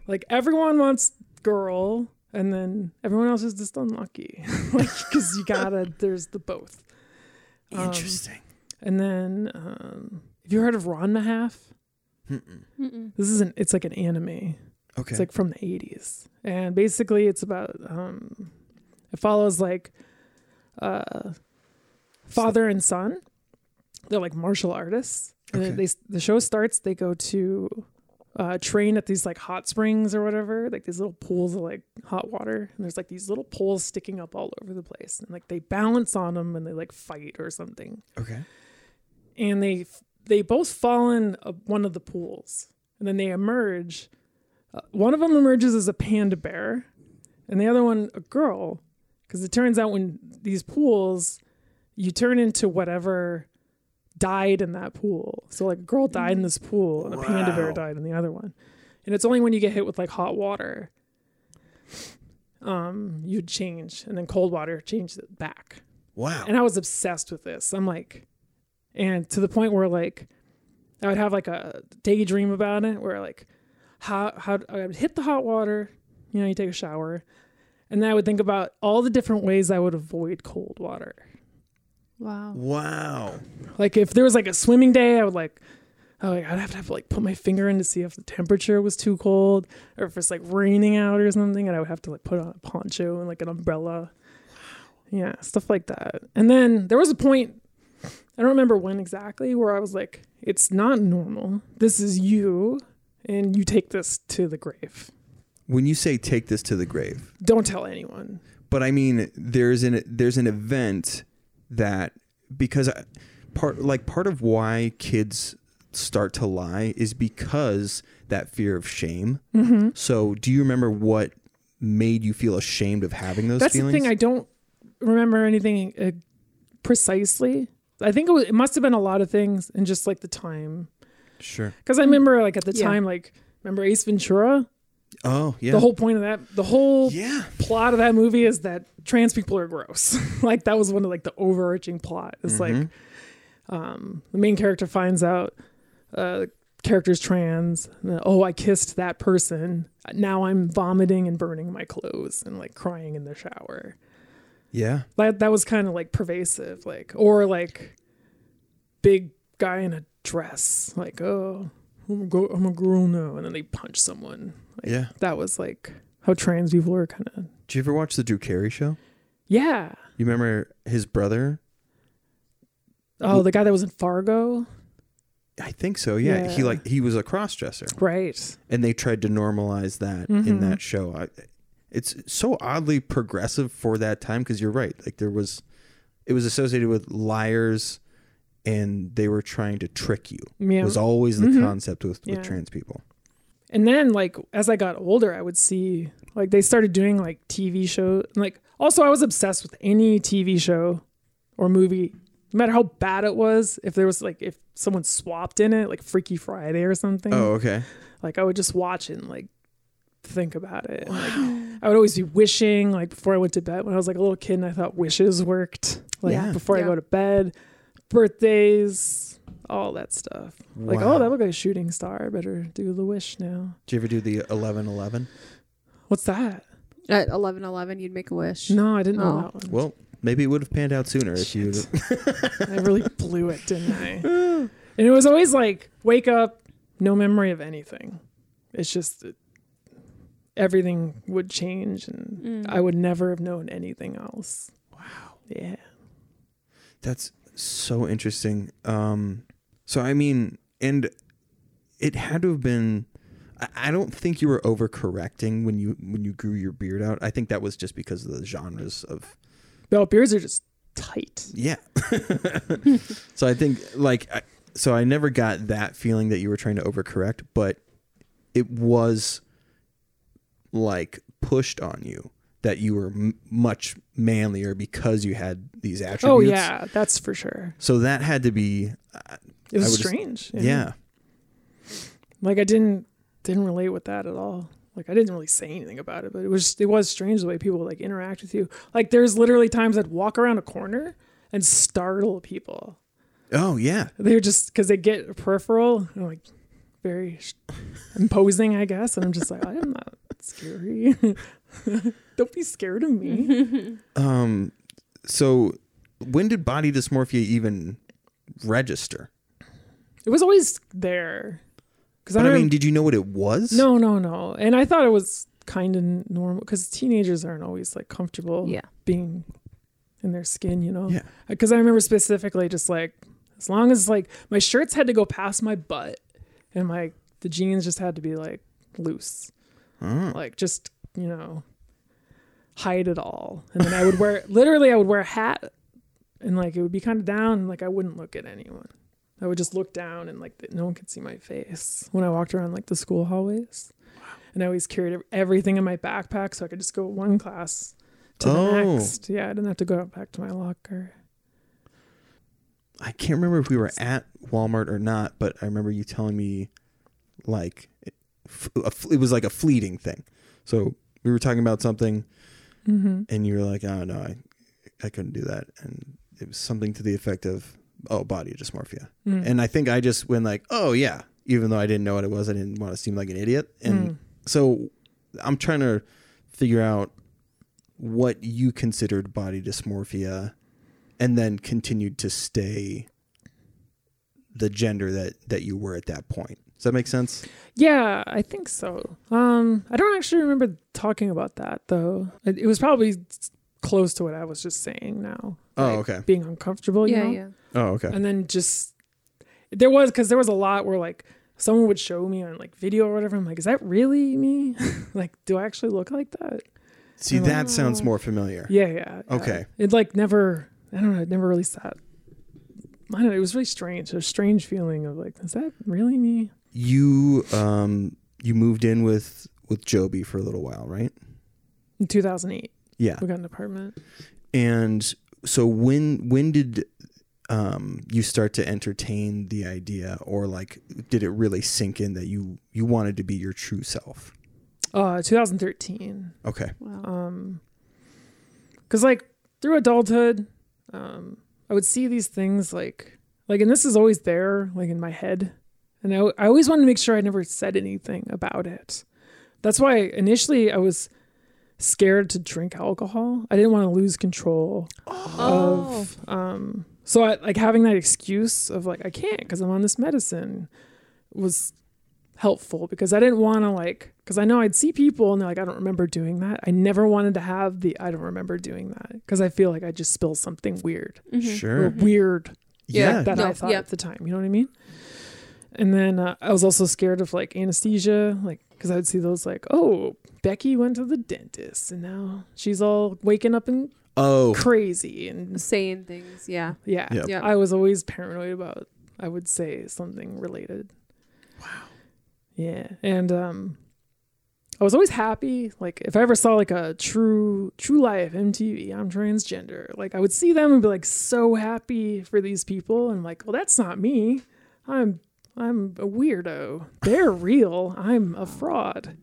Like everyone wants girl, and then everyone else is just unlucky. (laughs) like, because you gotta. There's the both. Um,
Interesting.
and then, um, have you heard of Ron Mahaf?
Mm-mm.
Mm-mm.
This is an. It's like an anime.
Okay.
It's like from the 80s. And basically it's about um it follows like uh father and son. They're like martial artists. And then
Okay.
they the show starts they go to uh train at these like hot springs or whatever, like these little pools of like hot water and there's like these little poles sticking up all over the place and like they balance on them and they like fight or something
okay.
and they they both fall in uh, one of the pools and then they emerge Uh, one of them emerges as a panda bear and the other one a girl because it turns out when these pools you turn into whatever died in that pool so like a girl died in this pool and a panda bear
Wow.
died in the other one and it's only when you get hit with like hot water um you change and then cold water changes it back
Wow.
and I was obsessed with this. I'm like, and to the point where like, I would have like a daydream about it, where like, how how I would hit the hot water, you know, you take a shower, and then I would think about all the different ways I would avoid cold water.
Wow.
Wow.
Like if there was like a swimming day, I would like, oh, I'd have to have like put my finger in to see if the temperature was too cold or if it's like raining out or something, and I would have to like put on a poncho and like an umbrella. Yeah, stuff like that. And then there was a point, I don't remember when exactly, where I was like, it's not normal. This is you, and you take this to the grave.
When you say take this to the grave,
Don't tell anyone.
but I mean there's an there's an event that because I, part like part of why kids start to lie is because that fear of shame.
Mm-hmm.
So do you remember what made you feel ashamed of having those
That's
feelings?
the thing. I don't remember anything uh, precisely. I think it, was, it must have been a lot of things, and just like the time.
sure.
Because I remember, like at the
Yeah.
time, like remember Ace Ventura.
Oh yeah.
The whole point of that, the whole
yeah.
plot of that movie is that trans people are gross. (laughs) like that was one of like the overarching plot. It's
Mm-hmm.
like um, the main character finds out uh, character's trans. And then, oh, I kissed that person. Now I'm vomiting and burning my clothes and like crying in the shower.
Yeah.
That that was kind of like pervasive, like or like big guy in a dress, like oh, I'm a girl, I'm a girl now, and then they punch someone. Like,
Yeah.
that was like how trans people are kind of
Did you ever watch the Drew Carey show?
yeah.
You remember his brother?
Oh, the guy that was in Fargo,
I think so. Yeah. He
Yeah.
like he was a cross dresser.
right?
and they tried to normalize that in
Mm-hmm.
that show. I, it's so oddly progressive for that time because you're right. Like there was, it was associated with liars, and they were trying to trick you.
Yeah. Mm-hmm.
Was always the concept with,
Yeah.
with trans people.
and then like as I got older, I would see like they started doing like TV show. Like also, I was obsessed with any TV show or movie, no matter how bad it was. If there was like if someone swapped in it, like Freaky Friday or something.
Oh, okay.
Like I would just watch it and like think about it. And, like I would always be wishing, like before I went to bed when I was like a little kid and I thought wishes worked. Like
Yeah.
before I
Yeah.
go to bed, birthdays, all that stuff. Like,
Wow.
oh, that looked like a shooting star. I better do the wish now.
Do you ever do the eleven eleven?
What's that?
At eleven eleven, you'd make a wish.
No, I didn't know
Oh.
that one.
Well, maybe it would have panned out sooner if you.
I really blew it,
(laughs)
didn't I? And it was always like, wake up, no memory of anything. It's just that everything would change and I would never have known anything else. Wow. Yeah.
That's so interesting. Um, so I mean, and it had to have been. I- I don't think you were overcorrecting when you when you grew your beard out. I think that was just because of the genres of
Belt beards are just tight.
yeah. (laughs) so I think like I, so I never got that feeling that you were trying to overcorrect, but it was like pushed on you that you were m- much manlier because you had these attributes.
Oh yeah, that's for sure.
So that had to be uh,
It was
would just-
strange.
yeah.
Like I didn't didn't relate with that at all. Like I didn't really say anything about it, but it was it was strange the way people like interact with you. Like there's literally times I'd walk around a corner and startle people.
Oh yeah.
They're just because they get a peripheral and like very sh- imposing, I guess. And I'm just like, I am not scary. (laughs) Don't be scared of me.
Um so when did body dysmorphia even register?
It was always there. Because
But I mean, did you know what it was?
No, no, no. And I thought it was kind of normal because teenagers aren't always like comfortable
Yeah.
being in their skin, you know?
Yeah.
Because I remember specifically just like, as long as like my shirts had to go past my butt and my, the jeans just had to be like loose,
Oh.
like just, you know, hide it all. And then I would wear, (laughs) literally, I would wear a hat and like it would be kind of down and like I wouldn't look at anyone. I would just look down and like th- no one could see my face when I walked around like the school hallways. And I always carried ev- everything in my backpack so I could just go one class to the
Oh.
next. Yeah, I didn't have to go out back to my locker.
I can't remember if we were at Walmart or not, but I remember you telling me like it, f- a f- it was like a fleeting thing. So we were talking about something
Mm-hmm.
and you were like, "Oh no, I I couldn't do that." And it was something to the effect of, "Oh, body dysmorphia."
Mm.
And I think I just went like, "Oh yeah," even though I didn't know what it was. I didn't want to seem like an idiot. And
Mm.
so I'm trying to figure out what you considered body dysmorphia and then continued to stay the gender that that you were at that point. Does that make sense?
Yeah, I think so. Um, I don't actually remember talking about that though. It, it was probably s- close to what I was just saying now.
Oh,
Like,
okay.
Being uncomfortable. you
yeah,
know?
yeah.
Oh, okay.
and then just there was because there was a lot where like someone would show me on like video or whatever i'm like is that really me (laughs) like do i actually look like that
See,
Oh.
that sounds more familiar.
yeah yeah, yeah.
Okay.
it like never i don't know it never really sat i don't know it was really strange a strange feeling of like is that really me
You um you moved in with with Joby for a little while, right?
in 2008
Yeah.
we got an apartment
And so when when did um you start to entertain the idea or like did it really sink in that you you wanted to be your true self?
uh 2013
Okay.
Wow.
um because like through adulthood um i would see these things like like and this is always there like in my head and i, I always wanted to make sure i never said anything about it that's why initially i was scared to drink alcohol i didn't want to lose control
Oh.
of um so I, like having that excuse of like i can't because i'm on this medicine was helpful because i didn't want to like because i know i'd see people and they're like i don't remember doing that i never wanted to have the i don't remember doing that because i feel like i just spill something weird
Mhm.
Sure.
or weird
Yeah.
that
No,
i thought
yeah.
at the time you know what i mean and then uh, i was also scared of like anesthesia like because i would see those like oh becky went to the dentist and now she's all waking up and
Oh,
crazy and
Saying things, yeah.
yeah.
Yeah.
Yeah.
I was always paranoid about I would say something related. Wow. Yeah. And um I was always happy. Like if I ever saw like a true true life MTV, I'm transgender. Like I would see them and be like so happy for these people and I'm like, well that's not me. I'm I'm a weirdo. They're real. I'm a fraud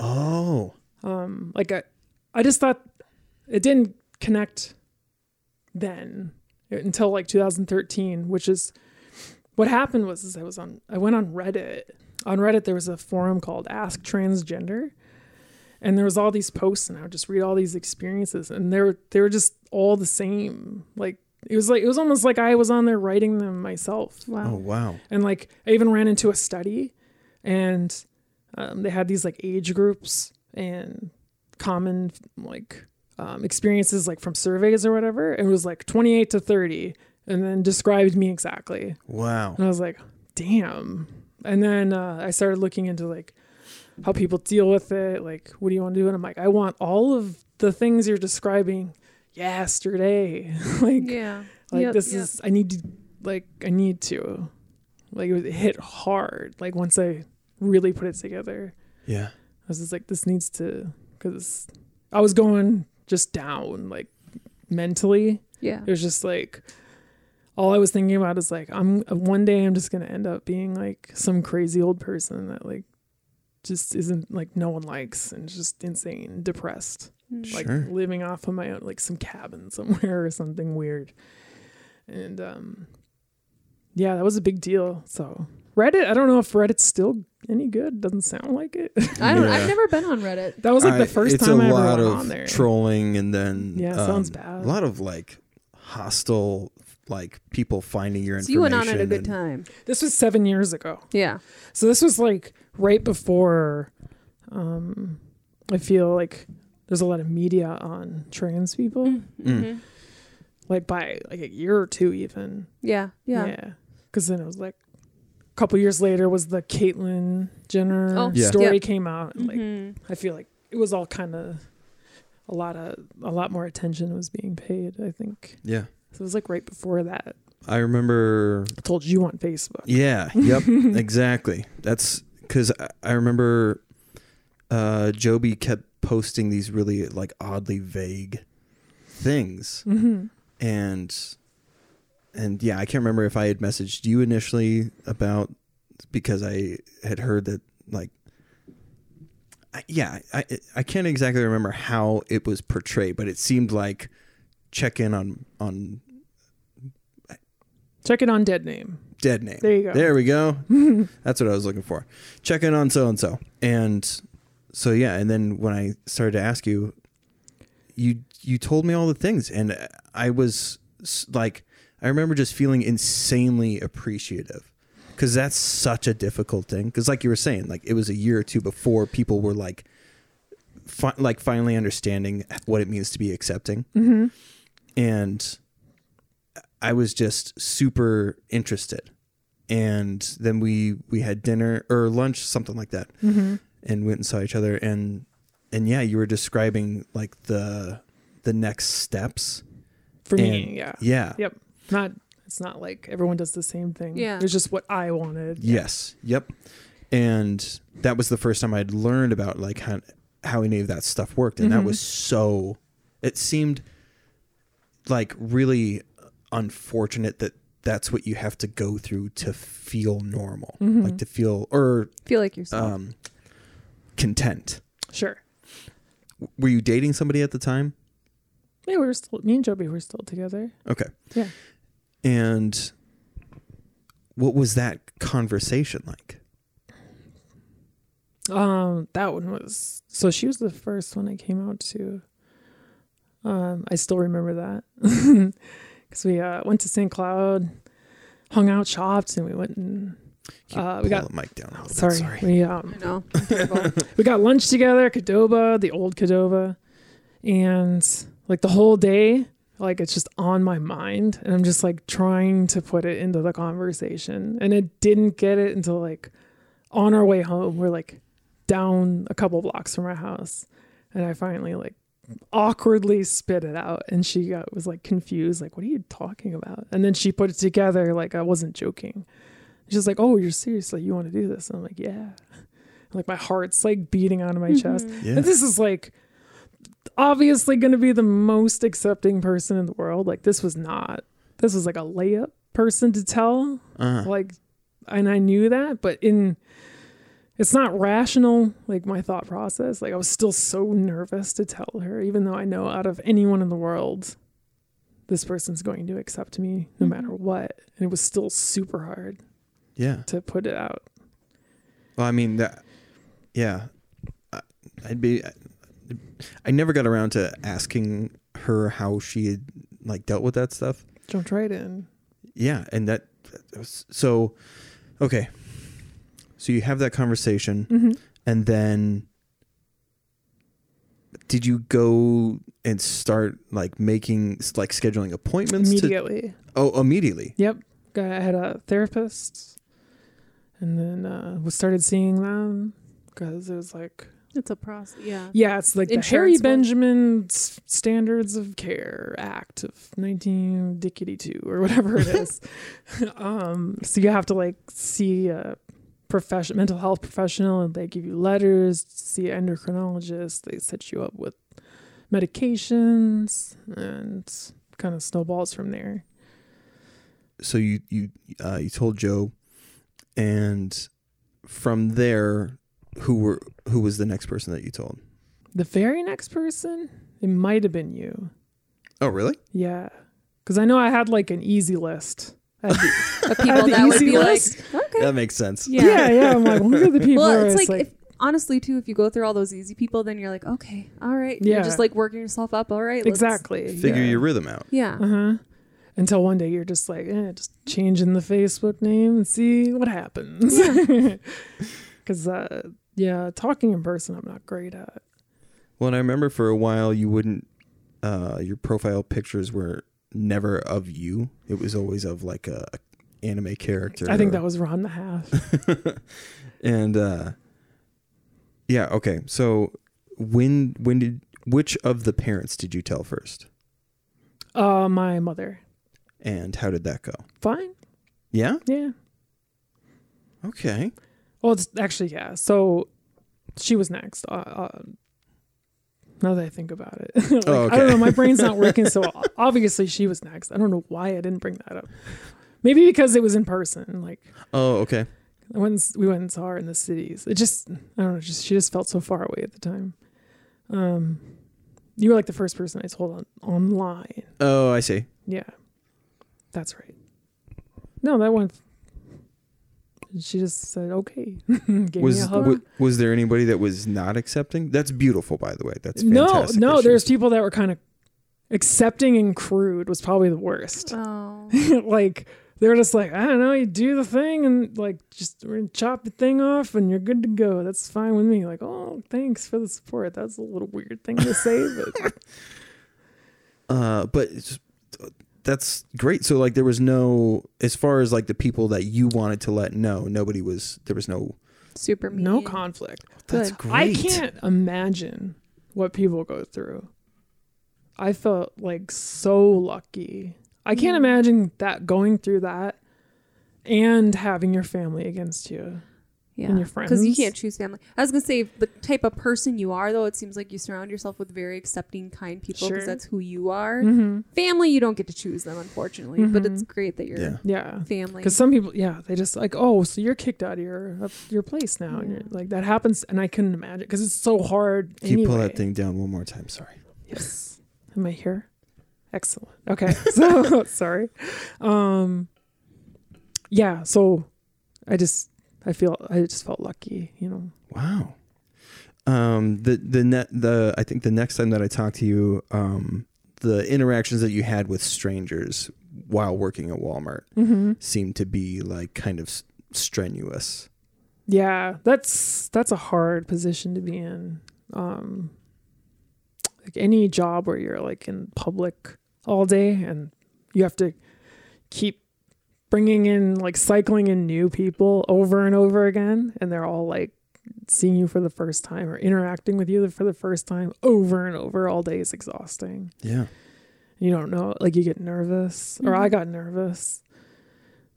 Oh,
um like i i just thought it didn't connect then uh, until like 2013 which is what happened was is i was on i went on reddit on reddit there was a forum called ask transgender and there was all these posts and i would just read all these experiences and they were they were just all the same like it was like it was almost like i was on there writing them myself
oh
Wow.
wow.
and like I even ran into a study, and um, they had these like age groups and common like um, experiences like from surveys or whatever. It was like 28 to 30, and then described me exactly.
Wow.
And I was like, damn. And then uh, I started looking into like how people deal with it. Like, what do you want to do? And I'm like, I want all of the things you're describing yesterday. (laughs) like,
Yeah.
like
Yep,
this
yep.
is I need to like I need to like it was- it hit hard. Like once I really put it together,
Yeah.
I was just like, this needs to because I was going just down like mentally.
Yeah.
It was just like all I was thinking about is like I'm one day I'm just gonna end up being like some crazy old person that like just isn't like no one likes and just insane, depressed, like
Sure.
living off of my own, like some cabin (laughs) somewhere or something weird. And um, yeah, that was a big deal. So Reddit, I don't know if Reddit's still any good. Doesn't sound like it. (laughs)
I don't.
Yeah.
I've never been on Reddit.
that was like
I-
the first
it's
time
a
I ever
lot
went
of
on there.
trolling and then
Yeah, it sounds
um,
bad.
A lot of like hostile like people finding your
So you
information.
went on at a good
and-
time.
this was seven years ago.
Yeah.
So this was like right before um I feel like there's a lot of media on trans people.
Mhm.
Like by like a year or two even.
Yeah. Yeah.
Cause then it was like a couple years later was the Caitlyn Jenner
Oh,
Yeah.
story
yep.
came out. And like
Mhm.
I feel like it was all kind of a lot of a lot more attention was being paid, I think.
Yeah.
So it was like right before that.
I remember
I told you on Facebook.
Yeah. Yep. exactly. That's because I, I remember uh, Joby kept posting these really like oddly vague things,
Mm-hmm.
and and yeah, I can't remember if I had messaged you initially about because I had heard that like. I- Yeah, I I can't exactly remember how it was portrayed, but it seemed like check in on on
Check it on Dead Name.
dead name.
There you go.
There we go.
(laughs)
That's what I was looking for. Check in on so and so. And so yeah, and then when I started to ask you, you you told me all the things, and I was s- like, I remember just feeling insanely appreciative because that's such a difficult thing. Because like you were saying, like it was a year or two before people were like. Fi- like finally understanding what it means to be accepting
Mm-hmm.
and I was just super interested. And then we we had dinner or lunch, something like that,
Mm-hmm.
and went and saw each other. And and yeah, you were describing like the the next steps.
For
And-
me, yeah.
Yeah.
Yep. Not it's not like everyone does the same thing.
Yeah.
It's just what I wanted.
Yes. Yep. And that was the first time I'd learned about like how how any of that stuff worked, and that
Mm-hmm.
was so. It seemed like really unfortunate that that's what you have to go through to feel normal,
Mm-hmm.
like to feel or
Feel like yourself.
um, content.
Sure.
Were you dating somebody at the time?
Yeah, we were still me and Joby were still together.
Okay.
Yeah.
And what was that conversation like?
Um, that one was so she was the first one I came out to. Um, I still remember that (laughs) because we uh, went to St. Cloud, hung out, shopped, and we went and
Can you
Uh, we
pull
got-
the mic down. A little
sorry,
Bit, sorry.
we um,
I know. I'm terrible.
we got lunch together, Cadova, the old Cadova, and like the whole day, like it's just on my mind, and I'm just like trying to put it into the conversation, and it didn't get it until like on our way home, we're like down a couple blocks from our house, and I finally like awkwardly spit it out, and she got, was like confused, like what are you talking about? And then she put it together, like I wasn't joking. She's like, "Oh, you're serious? Like you want to do this?" And I'm like, "Yeah." Like my heart's like beating out of
Mm-hmm.
my chest.
Yeah.
(laughs) And this is like obviously going to be the most accepting person in the world. Like this was not. This was like a layup person to tell.
Uh-huh.
Like, and I knew that, but in it's not rational. Like my thought process. Like I was still so nervous to tell her, even though I know out of anyone in the world, this person's going to accept me no matter what. And it was still super hard
Yeah.
to put it out.
Well, I mean that. Yeah, I, I'd be. I, I never got around to asking her how she had like dealt with that stuff.
Jumped right in.
Yeah, and that, that was so. Okay, so you have that conversation,
Mm-hmm.
and then did you go and start like making like scheduling appointments? To,
immediately.
oh, immediately.
Yep. Got- I had a therapist and then uh, was started seeing them a because it was like
It's a process. Yeah.
yeah, it's like the
Insurance
Harry
one.
Benjamin S- Standards of Care Act of 1982 or whatever it is. (laughs) um, so you have to like see a profession, mental health professional, and they give you letters, see an endocrinologist, they set you up with medications, and kind of snowballs from there.
so you you uh, you told Joe, and from there, who were who was the next person that you told?
The very next person, it might have been you.
Oh, really?
Yeah. Because I know I had like an easy list. I had the-
(laughs)
Of
I had
people
the
that would
easy
be (laughs)
list.
like, okay.
That makes sense.
yeah.
yeah, yeah. I'm like, who are
(laughs)
the people?
Well, it's,
It's
like, if, honestly, too, if you go through all those easy people, then you're like, okay, all right.
Yeah.
You're just like working yourself up. All right. let's-
exactly.
Figure your rhythm out.
Yeah.
Uh huh. Until one day you're just like, eh, just change in the Facebook name and see what happens. (laughs) Because, uh, yeah, talking in person, I'm not great at.
Well, and I remember for a while you wouldn't. Uh, your profile pictures were never of you. It was always of like a anime character.
I think
or- (laughs)
that was Ron the Half.
and uh, yeah, okay. So when when did which of the parents did you tell first,
Uh, my mother.
and how did that go?
Fine.
Yeah.
Yeah.
Okay.
Well, it's actually yeah. So she was next. Uh, uh, now that I think about it, (laughs) Like,
Oh,
I don't
okay.
know. My brain's not working,
(laughs)
so obviously she was next. I don't know why I didn't bring that up. Maybe because it was in person. Like
Oh, okay.
I went, and s- we went and saw her in the cities. It just I don't know. Just she just felt so far away at the time. Um, you were like the first person I told on online.
Oh, I see.
Yeah, that's right. No, that one. She just said okay. (laughs) Gave me
was
a hug.
wa- was there anybody that was not accepting? That's beautiful, by the way. That's
no,
fantastic
no.
that she
There's
was-
people that were kind of accepting and crude was probably the worst. (laughs)
Oh.
like they were just like, I don't know, you do the thing and like just we're gonna chop the thing off and you're good to go. That's fine with me. Like, oh, thanks for the support. That's a little weird thing to say,
(laughs)
but
uh, but it's, that's great. So like, there was no as far as like the people that you wanted to let know. Nobody was. There was no.
Super mean.
no conflict.
That's
Good.
great.
I can't imagine what people go through. I felt like so lucky. I can't
Mm.
imagine that going through that and having your family against you.
Yeah.
and your
Because you
friends.
can't choose family. I was going to say, the type of person you are, though, it seems like you surround yourself with very accepting, kind people because
Sure.
that's who you are.
Mm-hmm.
Family, you don't get to choose them, unfortunately, but it's great that you're
Yeah.
Yeah.
family.
Because some people, yeah, they just like, oh, so you're kicked out of your of your place now, and
Yeah.
you're, like that happens, and I couldn't imagine because it's so hard.
Can you pull
anyway.
that thing down one more time? Sorry.
Yes. Am I here? Excellent.
(laughs)
Okay. So (laughs) sorry. Um. Yeah. So, I just I feel I just felt lucky, you know.
Wow. Um, the the net the I think the next time that I talked to you, um, the interactions that you had with strangers while working at Walmart
Mm-hmm.
seemed to be like kind of s- strenuous.
Yeah. That's that's a hard position to be in. Um. Like any job where you're like in public all day and you have to keep bringing in like cycling in new people over and over again and they're all like seeing you for the first time or interacting with you for the first time over and over all day is exhausting
Yeah.
you don't know like you get nervous or i got nervous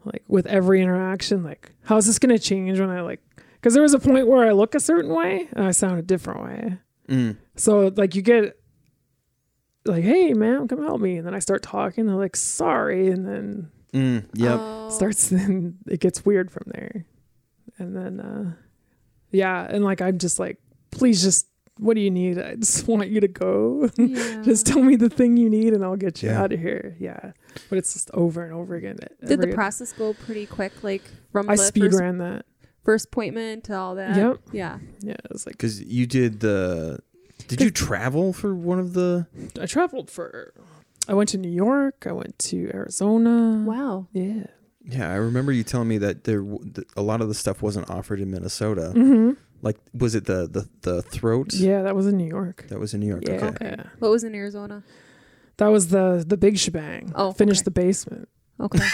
like with every interaction like how's this going to change when i like because there was a point where i look a certain way and i sound a different way
Mm.
so like you get like, hey ma'am, come help me. And then I start talking, they're like, sorry, and then
Mm. Yep.
Um,
Oh.
starts (laughs) then it gets weird from there. And then uh yeah, and like I'm just like, please just what do you need? I just want you to go.
Yeah.
just tell me the thing you need and I'll get you
Yeah.
out of here. Yeah. But it's just over and over again.
Did the
Every-
process go pretty quick? Like from
I
the
speed
first,
ran that.
first appointment to all that?
Yep. Uh-huh.
Yeah.
Yeah. It was like
Because you did the. Did you travel for one of the?
I traveled for I went to New York, I went to Arizona.
Wow.
Yeah.
Yeah, I remember you telling me that there w- th- a lot of the stuff wasn't offered in Minnesota.
Mm.
Mm-hmm.
Like, was it the the the throat?
Yeah, that was in New York.
That was in New York.
Yeah,
Okay.
yeah.
What was in Arizona?
that was the the big shebang.
Oh,
finish
okay.
the basement.
(laughs)
Okay.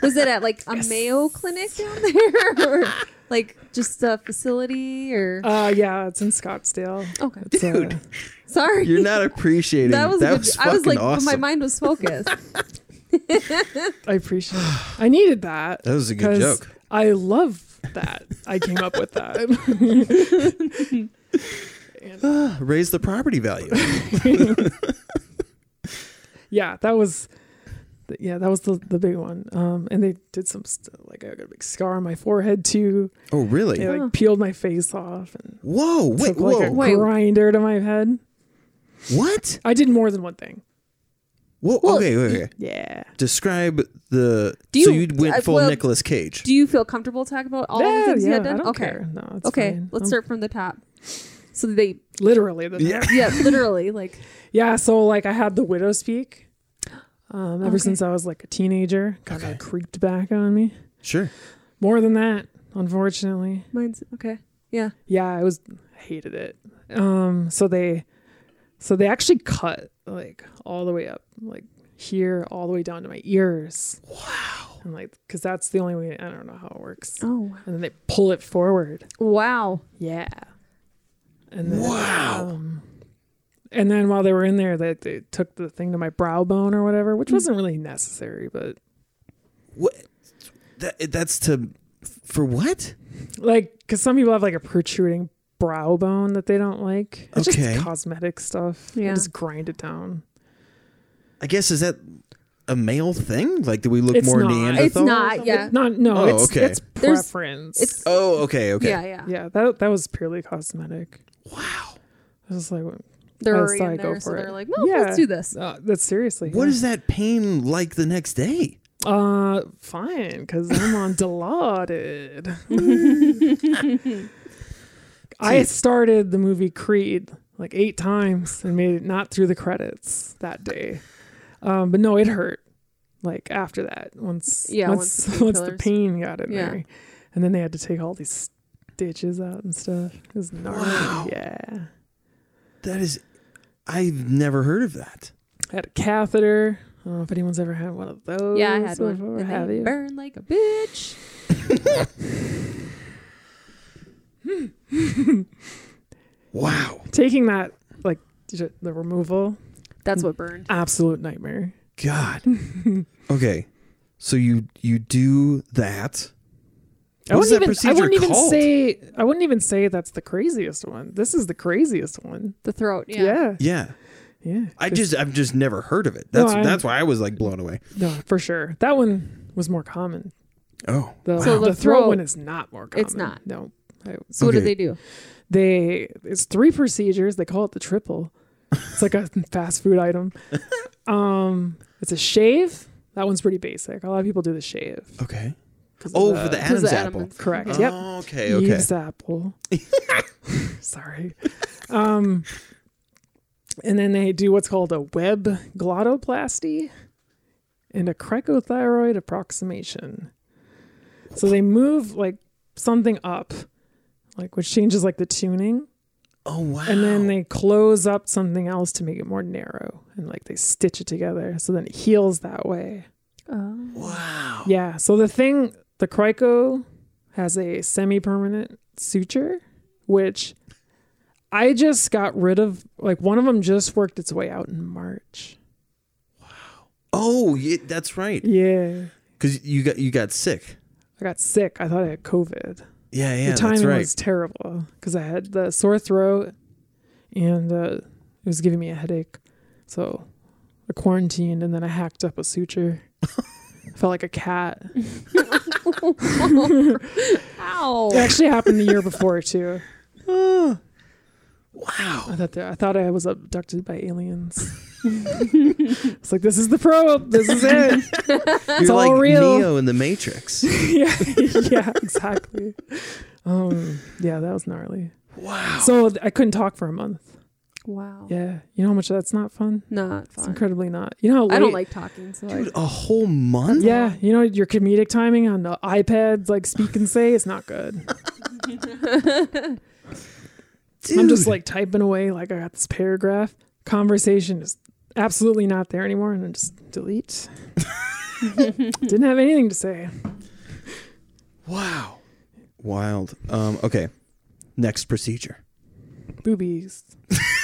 was it at like a Mayo clinic down (laughs) there? Or-
Like just a facility or
Uh, yeah, it's in Scottsdale.
okay.
It's, uh,
Sorry.
You're not appreciating.
that was, a good, I was
fucking
like
awesome.
my mind was focused.
I appreciate. I needed that.
that was a good
'cause
joke.
I love that. I came up with
(laughs)
that. (laughs)
Ah, (gasps) raise the property value.
(laughs) yeah, that was, th- yeah, that was the, the big one. Um, and they did some st- like I got a big scar on my forehead too.
oh, really?
They
Yeah.
like peeled my face off and
Whoa! Wait,
took like
whoa!
a
Wait.
grinder to my head.
what?
I did more than one thing.
Whoa!
Well,
okay, wait, wait.
Yeah.
Describe the.
Do
so
you-
you went
I-
full
well,
Nicolas Cage.
(laughs) Do you feel comfortable talking about all
yeah,
the things
yeah,
you had done?
I don't
okay.
care. No, it's
Okay.
fine.
Let's
I'm-
start from the top. So they
literally the
yeah.
(laughs)
(laughs)
yeah, literally like
Yeah, so like I had the widow's peak. Um, ever
Okay.
since I was like a teenager, kind
Okay.
of creaked back on me.
(laughs) Sure.
More than that, unfortunately.
mine's okay.
Yeah, I was I hated it. Um, so they, so they actually cut like all the way up, like here, all the way down to my ears. Wow. And like, cause that's the only way. I don't know how it works.
Oh
And then they pull it forward.
wow.
Yeah. And then, wow. Um, and then while they were in there, that they, took the thing to my brow bone or whatever, which wasn't really necessary, but
What? That, that's to. For what?
like because some people have like a protruding brow bone that they don't like. It's
Okay.
just cosmetic stuff. I
Yeah.
just grind it down.
I guess is that a male thing? Like, do we look
It's
more
not.
Neanderthal?
It's not. Yeah.
Not no.
Oh,
it's
okay.
it's
There's-
preference.
it's-
Oh, okay, okay.
Yeah, yeah.
yeah. That that was purely cosmetic.
Wow.
I was like,
They're
I
already in
thought go
there, so
for
they're
it.
like, no,
Yeah.
let's do this.
uh, that's seriously.
What
yeah.
is that pain like the next day?
Uh, fine, because I'm
(laughs)
on Dilaudid. I started the movie Creed like eight times and made it not through the credits that day. Um, but no, it hurt. Like after that, once
Yeah, once
once
the
once, the
painkillers.
pain got in
Yeah.
there, and then they had to take all these stitches out and stuff. It was gnarly.
Wow.
Yeah,
That is, I've never heard of that.
I had a catheter. I don't know if anyone's ever had one of those.
Yeah, I had one.
before,
and
Oh, have
they
you?
burn like a bitch.
Wow.
Taking that like the removal
That's what burned.
absolute nightmare.
(laughs)
God. okay. So you you do that.
I
What is
wouldn't
that
even,
procedure
I wouldn't even
called?
say I wouldn't even say that's the craziest one. This is the craziest one.
The throat. Yeah.
Yeah.
Yeah.
Yeah.
I just I've just never heard of it. That's
No, I'm-
that's why I was like blown away.
No, for sure. That one was more common.
Oh.
The,
So
the,
the
throat,
throat-
one is not more common.
it's not.
No. I-
So what
Okay.
did they do?
They it's three procedures. They call it the triple. It's like a (laughs) fast food item. Um it's a shave. That one's pretty basic. A lot of people do the shave.
Okay.
'cause of
Oh, for the
the-
Adam's
the
apple.
Adam's-
correct.
Oh,
Yep.
Okay. Okay.
Eve's apple. (laughs) Sorry. Um, and then they do what's called a web glottoplasty and a cricothyroid approximation. So they move like something up, like which changes like the tuning,
Oh wow.
and then they close up something else to make it more narrow, and like they stitch it together so then it heals that way.
Mm-hmm.
wow.
Yeah. So the thing, the crico has a semi-permanent suture, which I just got rid of. Like one of them just worked its way out in March.
Oh, yeah, that's right.
Yeah.
Because you got you got sick.
I got sick. I thought I had COVID.
Yeah. Yeah.
the timing
that's right.
was terrible because I had the sore throat and uh, it was giving me a headache. So I quarantined and then I hacked up a
(laughs)
suture. Felt like a cat. Oh.
(laughs) Ow.
It actually happened the year before too.
wow.
I thought that, I thought I was abducted by
(laughs)
aliens. it's like this is the probe. (laughs) This is it.
(laughs)
(laughs)
(laughs)
You're
all
like
real.
Neo in the
(laughs)
Matrix.
yeah, yeah, exactly. Um, yeah, that was gnarly.
wow.
So th- I couldn't talk for a month.
Wow.
Yeah, you know how much that's not fun.
Not
It's
fun.
incredibly not. You know how
I don't
late-
like talking, so
Dude,
like,
a whole month.
Yeah, you know your comedic timing on the iPads, like speak and say, it's not good. I'm just
Dude.
like typing away, like I got this paragraph. Conversation is absolutely not there anymore, and then just
(laughs)
delete. Didn't have anything to say.
Wow. Wild. Um, okay. Next procedure. (laughs)
Boobies.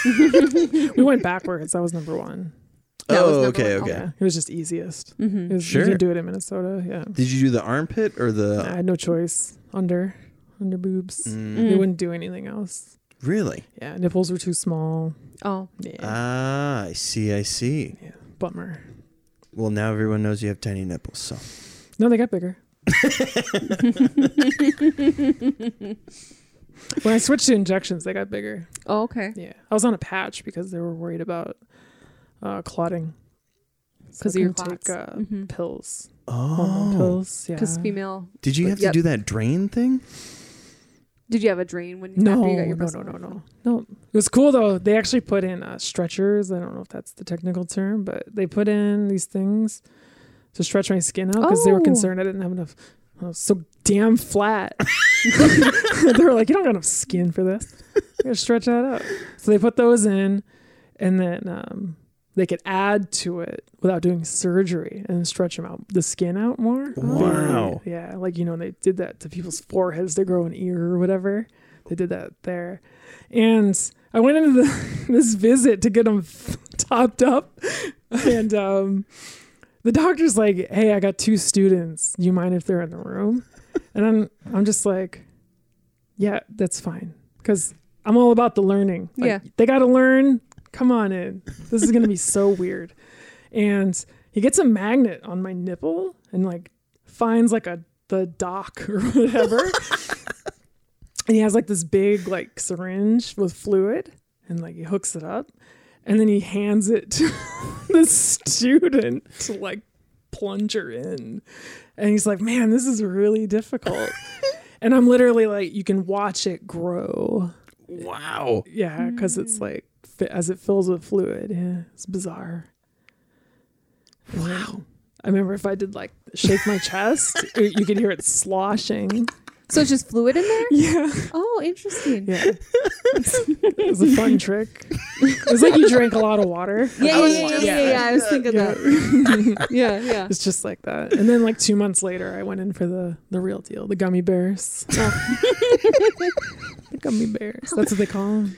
we went backwards. That was number one.
That was
oh,
number
okay,
one.
okay.
Yeah, it was just easiest. It
Mm-hmm.
was, You
Sure.
can do it in Minnesota. Yeah.
Did you do the armpit or the?
I had no choice. Under, under boobs.
Mm,
They
Mm.
wouldn't do anything else.
really?
Yeah, nipples were too small.
Oh,
Yeah,
Ah, I see. I see.
bummer.
Well, now everyone knows you have tiny nipples. So (laughs)
No, they got bigger. when I switched to injections, they got bigger.
oh okay.
Yeah, I was on a patch because they were worried about uh, clotting. So
'Cause
I
of your
couldn't
clots.
take uh,
Mhm.
pills, hormone
oh,
pills. Yeah,
Because female.
did you have
Yep.
to do that drain thing?
Did you have a drain when
No,
after you got your
no,
breast
no, no,
milk?
no, no. It was cool though. They actually put in uh, stretchers. I don't know if that's the technical term, but they put in these things to stretch my skin out because they were
Oh.
concerned I didn't have enough. I was so damn flat. (laughs) they were like, "You don't got enough skin for this. You gotta stretch that out." So they put those in, and then um, they could add to it without doing surgery and stretch them out the skin out more.
Wow.
Yeah, like you know they did that to people's foreheads to grow an ear or whatever. They did that there, and I went into the, (laughs) this visit to get them (laughs) topped up, and um, the doctor's like, "Hey, I got two students. Do you mind if they're in the room?" And I'm I'm just like, "Yeah, that's fine," because I'm all about the learning. Like,
Yeah.
they got to learn. Come on in. This is gonna be so weird. And he gets a magnet on my nipple and like finds like a the dock or whatever. and he has like this big like syringe with fluid and like he hooks it up and then he hands it to (laughs) the student to like plunge her in. And he's like, man, this is
(laughs)
really difficult. and I'm literally like, you can watch it grow.
Wow.
Yeah, because it's
Mm.
like fi- as it fills with fluid. Yeah, it's bizarre. Wow. I remember if I did like shake
(laughs)
my chest, it- you could hear it sloshing.
So it's just fluid in
(laughs)
there?
Yeah,
Oh, interesting.
yeah.
(laughs)
it was a fun trick. It was like you drank a lot of water.
Yeah,
Like,
yeah, yeah, yeah, yeah, yeah, I was thinking
Yeah.
that. (laughs) yeah, yeah.
It's just like that. And then like two months later, I went in for the the real deal, the gummy bears. the gummy bears. That's what they call them.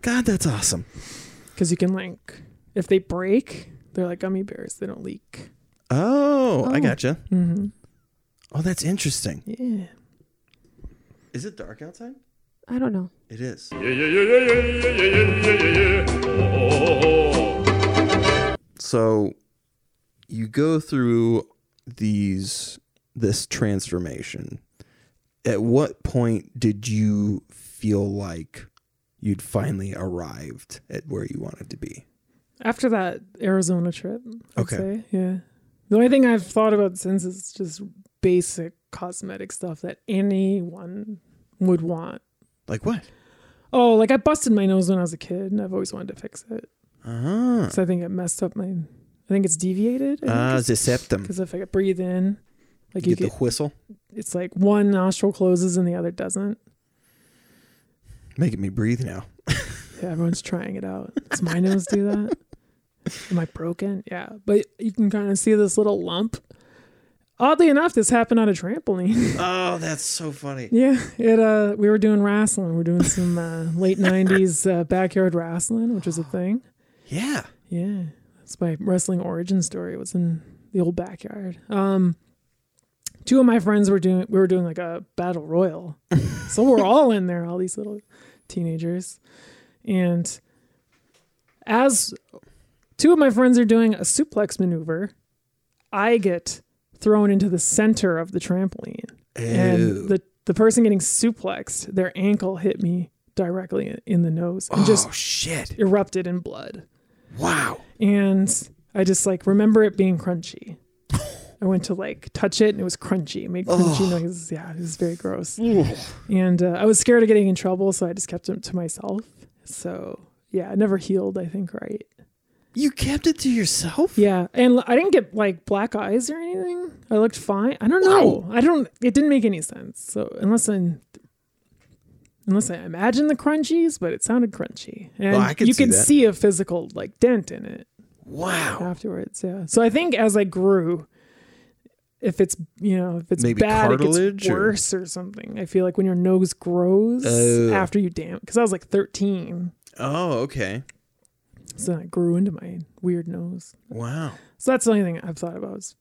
God, that's awesome.
Because you can like, if they break, they're like gummy bears. They don't leak.
Oh, I
Oh.
gotcha.
Mm-hmm.
Oh, that's interesting.
Yeah.
Is it dark outside?
I don't know.
It is. So you go through these this transformation. At what point did you feel like you'd finally arrived at where you wanted to be?
After that Arizona trip, I'd
Okay.
say, yeah. The only thing I've thought about since is just basic cosmetic stuff that anyone would want.
Like what?
Oh, like I busted my nose when I was a kid, and I've always wanted to fix it.
Ah,
So I think it messed up my. I think it's deviated.
ah,
Because
the septum.
if I could breathe in, like
You
you
get the
get,
whistle,
it's like one nostril closes and the other doesn't.
making me breathe now.
Yeah, everyone's trying it out. Does my nose do that? Am I broken? Yeah, but you can kind of see this little lump. Oddly enough, this happened on a trampoline. (laughs)
Oh, that's so funny.
yeah, it. Uh, we were doing wrestling. We were doing some uh, late '90s uh, backyard wrestling, which is a thing.
Yeah.
Yeah, that's my wrestling origin story. It was in the old backyard. Um, two of my friends were doing we were doing like a
(laughs)
battle royal, so we're all in there, all these little teenagers, and as two of my friends are doing a suplex maneuver, I get thrown into the center of the trampoline,
Ew.
and the the person getting suplexed, their ankle hit me directly in- in the nose and just
oh shit!
erupted in blood
Wow.
and I just like remember it being crunchy. I went to like touch it and it was crunchy. It made crunchy noises. Yeah, it was very gross. And uh, I was scared of getting in trouble, so I just kept it to myself. So yeah, it never healed. I think right.
You kept it to yourself?
Yeah, and I didn't get like black eyes or anything. I looked fine. I don't know. I don't. It didn't make any sense. So unless I, unless I imagine the crunchies, but it sounded crunchy, and
Well, I could
you
see
could
that.
see a physical like dent in it
Wow.
afterwards. Yeah. So I think as I grew, if it's you know if it's
Maybe
bad, it
cartilage
gets
or-
worse or something. I feel like when your nose grows
Oh.
after you damn, because I was like 13,
Oh, okay.
so that grew into my weird nose.
Wow.
So that's the only thing I've thought about is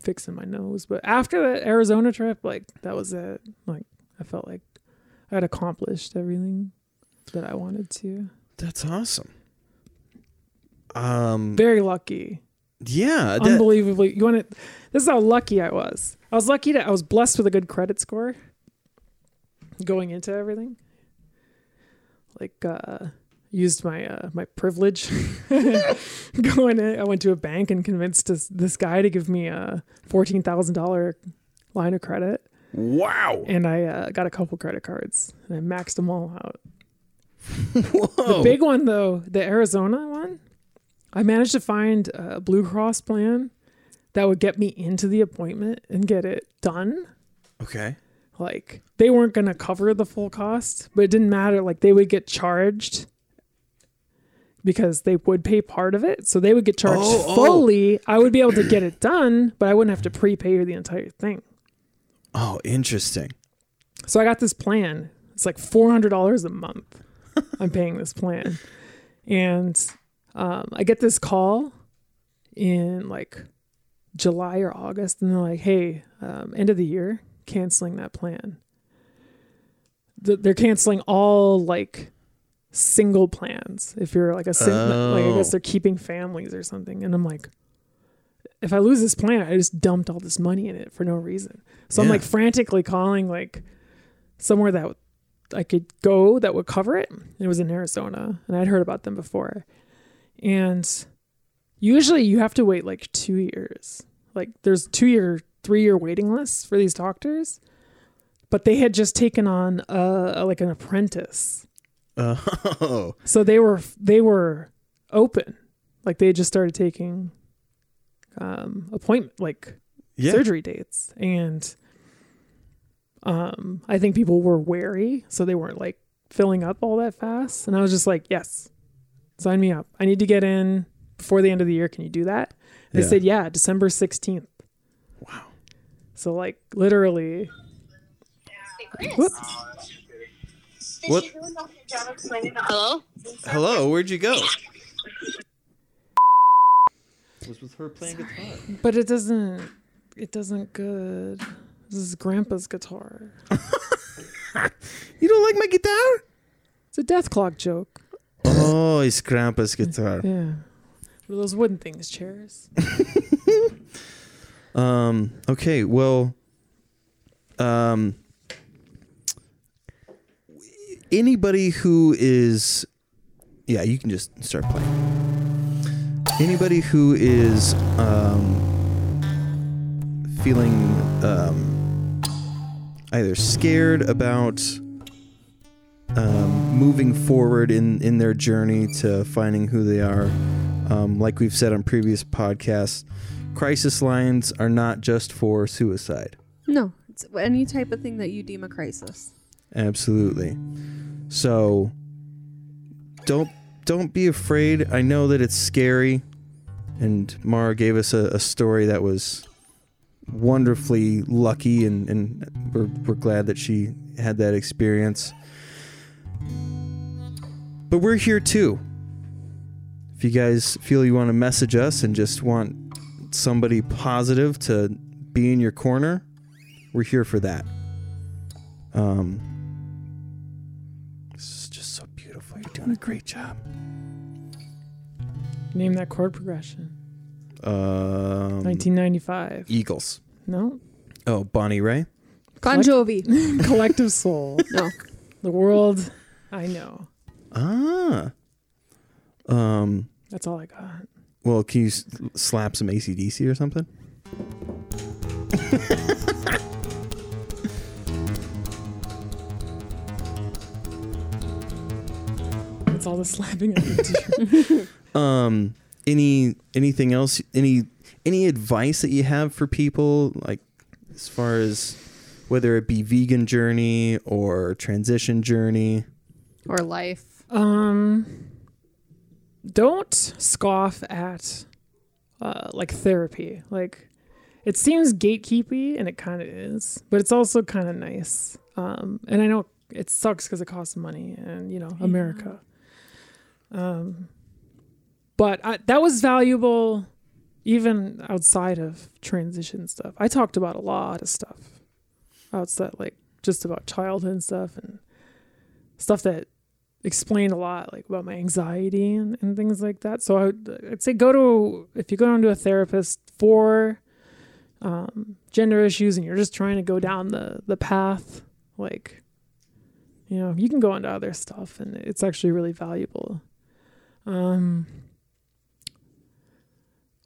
fixing my nose. But after that Arizona trip, like that was it. Like I felt like I had accomplished everything that I wanted
Mm.
to.
That's awesome. Um
Very lucky.
yeah, that-
Unbelievably you want to this is how lucky I was. I was lucky to I was blessed with a good credit score going into everything. Like uh used my uh my privilege (laughs) going in. I went to a bank and convinced this, this guy to give me a fourteen thousand dollar line of credit.
wow.
and I uh, got a couple credit cards and I maxed them all out.
Whoa. Oh.
The big one though, the Arizona one, I managed to find a Blue Cross plan that would get me into the appointment and get it done.
okay.
Like they weren't going to cover the full cost, but it didn't matter. Like they would get charged because they would pay part of it. So they would get charged
Oh, oh.
fully. I would be able to get it done, but I wouldn't have to prepay the entire thing.
Oh, interesting. (laughs)
So I got this plan. It's like four hundred dollars a month. I'm paying this plan, and um, I get this call in like July or August, and they're like, "Hey, um, end of the year, canceling that plan. Th- they're canceling all like single plans. If you're like a sing- like, I guess
Oh.
they're keeping families or something." And I'm like. If I lose this plan, I just dumped all this money in it for no reason. So I'm
Yeah.
like frantically calling like somewhere that I could go that would cover it. It was in Arizona, and I'd heard about them before. And usually you have to wait like two years. Like there's two year, three year waiting lists for these doctors, but they had just taken on a, a- like an apprentice,
Oh.
so they were they were open, like they had just started taking um appointment like
Yeah.
surgery dates and um i think people were wary so they weren't like filling up all that fast and i was just like yes sign me up i need to get in before the end of the year can you do that they
Yeah.
said yeah december 16th
Wow.
so like literally
Hey, Chris.
Whoop.
Did
What?
you do enough of your job explaining the Hello?
Hello, where'd you go? Was with her playing guitar.
but it doesn't it doesn't good this is grandpa's guitar
You don't like my guitar?
it's a death clock joke
Oh, it's Grandpa's guitar.
yeah what are those wooden things chairs
Um, okay, well, um, anybody who is, yeah, you can just start playing. Anybody who is um, feeling um, either scared about um, moving forward in in their journey to finding who they are, um, like we've said on previous podcasts, crisis lines are not just for suicide.
No, it's any type of thing that you deem a crisis.
Absolutely. So don't don't be afraid. I know that it's scary. And Mara gave us a, a story that was wonderfully lucky and, and we're, we're glad that she had that experience. But we're here too. If you guys feel you want to message us and just want somebody positive to be in your corner, we're here for that. Um, this is just so beautiful. You're doing a great job.
name that chord progression
Um,
1995
Eagles.
no
Oh, Bonnie Ray.
Bon Jovi.
(laughs) collective soul
no.
The world, I know.
Ah. Um.
That's all I got.
Well, can you s- slap some ACDC or something?
That's all the slapping I can do.
Um. Any anything else? Any any advice that you have for people, like as far as whether it be vegan journey or transition journey?
Or life.
um, don't scoff at uh, like therapy. Like it seems gatekeepy, and it kind of is, but it's also kind of nice. Um, and I know it sucks because it costs money, and you know America. Um, but I, that was valuable, even outside of transition stuff. I talked about a lot of stuff outside, like just about childhood and stuff, and stuff that explained a lot like about my anxiety and, and things like that so I would, i'd say go to if you go down to a therapist for um, gender issues and you're just trying to go down the the path like you know you can go into other stuff and it's actually really valuable um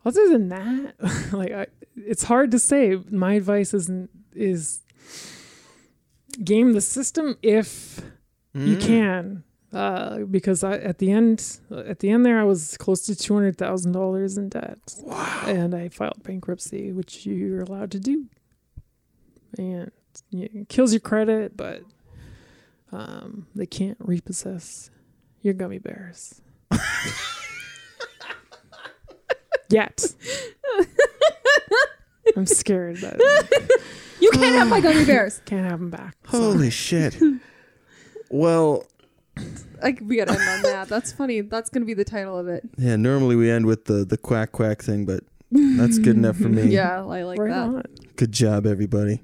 other than that (laughs) like I, it's hard to say my advice isn't is game the system if
Mm.
you can uh because i at the end at the end there i was close to two hundred thousand dollars in debt wow and i filed bankruptcy which you're allowed to do and yeah, it kills your credit but um they can't repossess your gummy bears yet i'm scared that
You can't have my gummy bears.
can't have them back
Holy shit. Well,
Like we gotta end on that. That's funny. That's gonna be the title of it.
yeah, normally we end with the the
(laughs)
quack quack thing, but that's good enough for me.
Yeah, I like
right
that.
on
Good job everybody.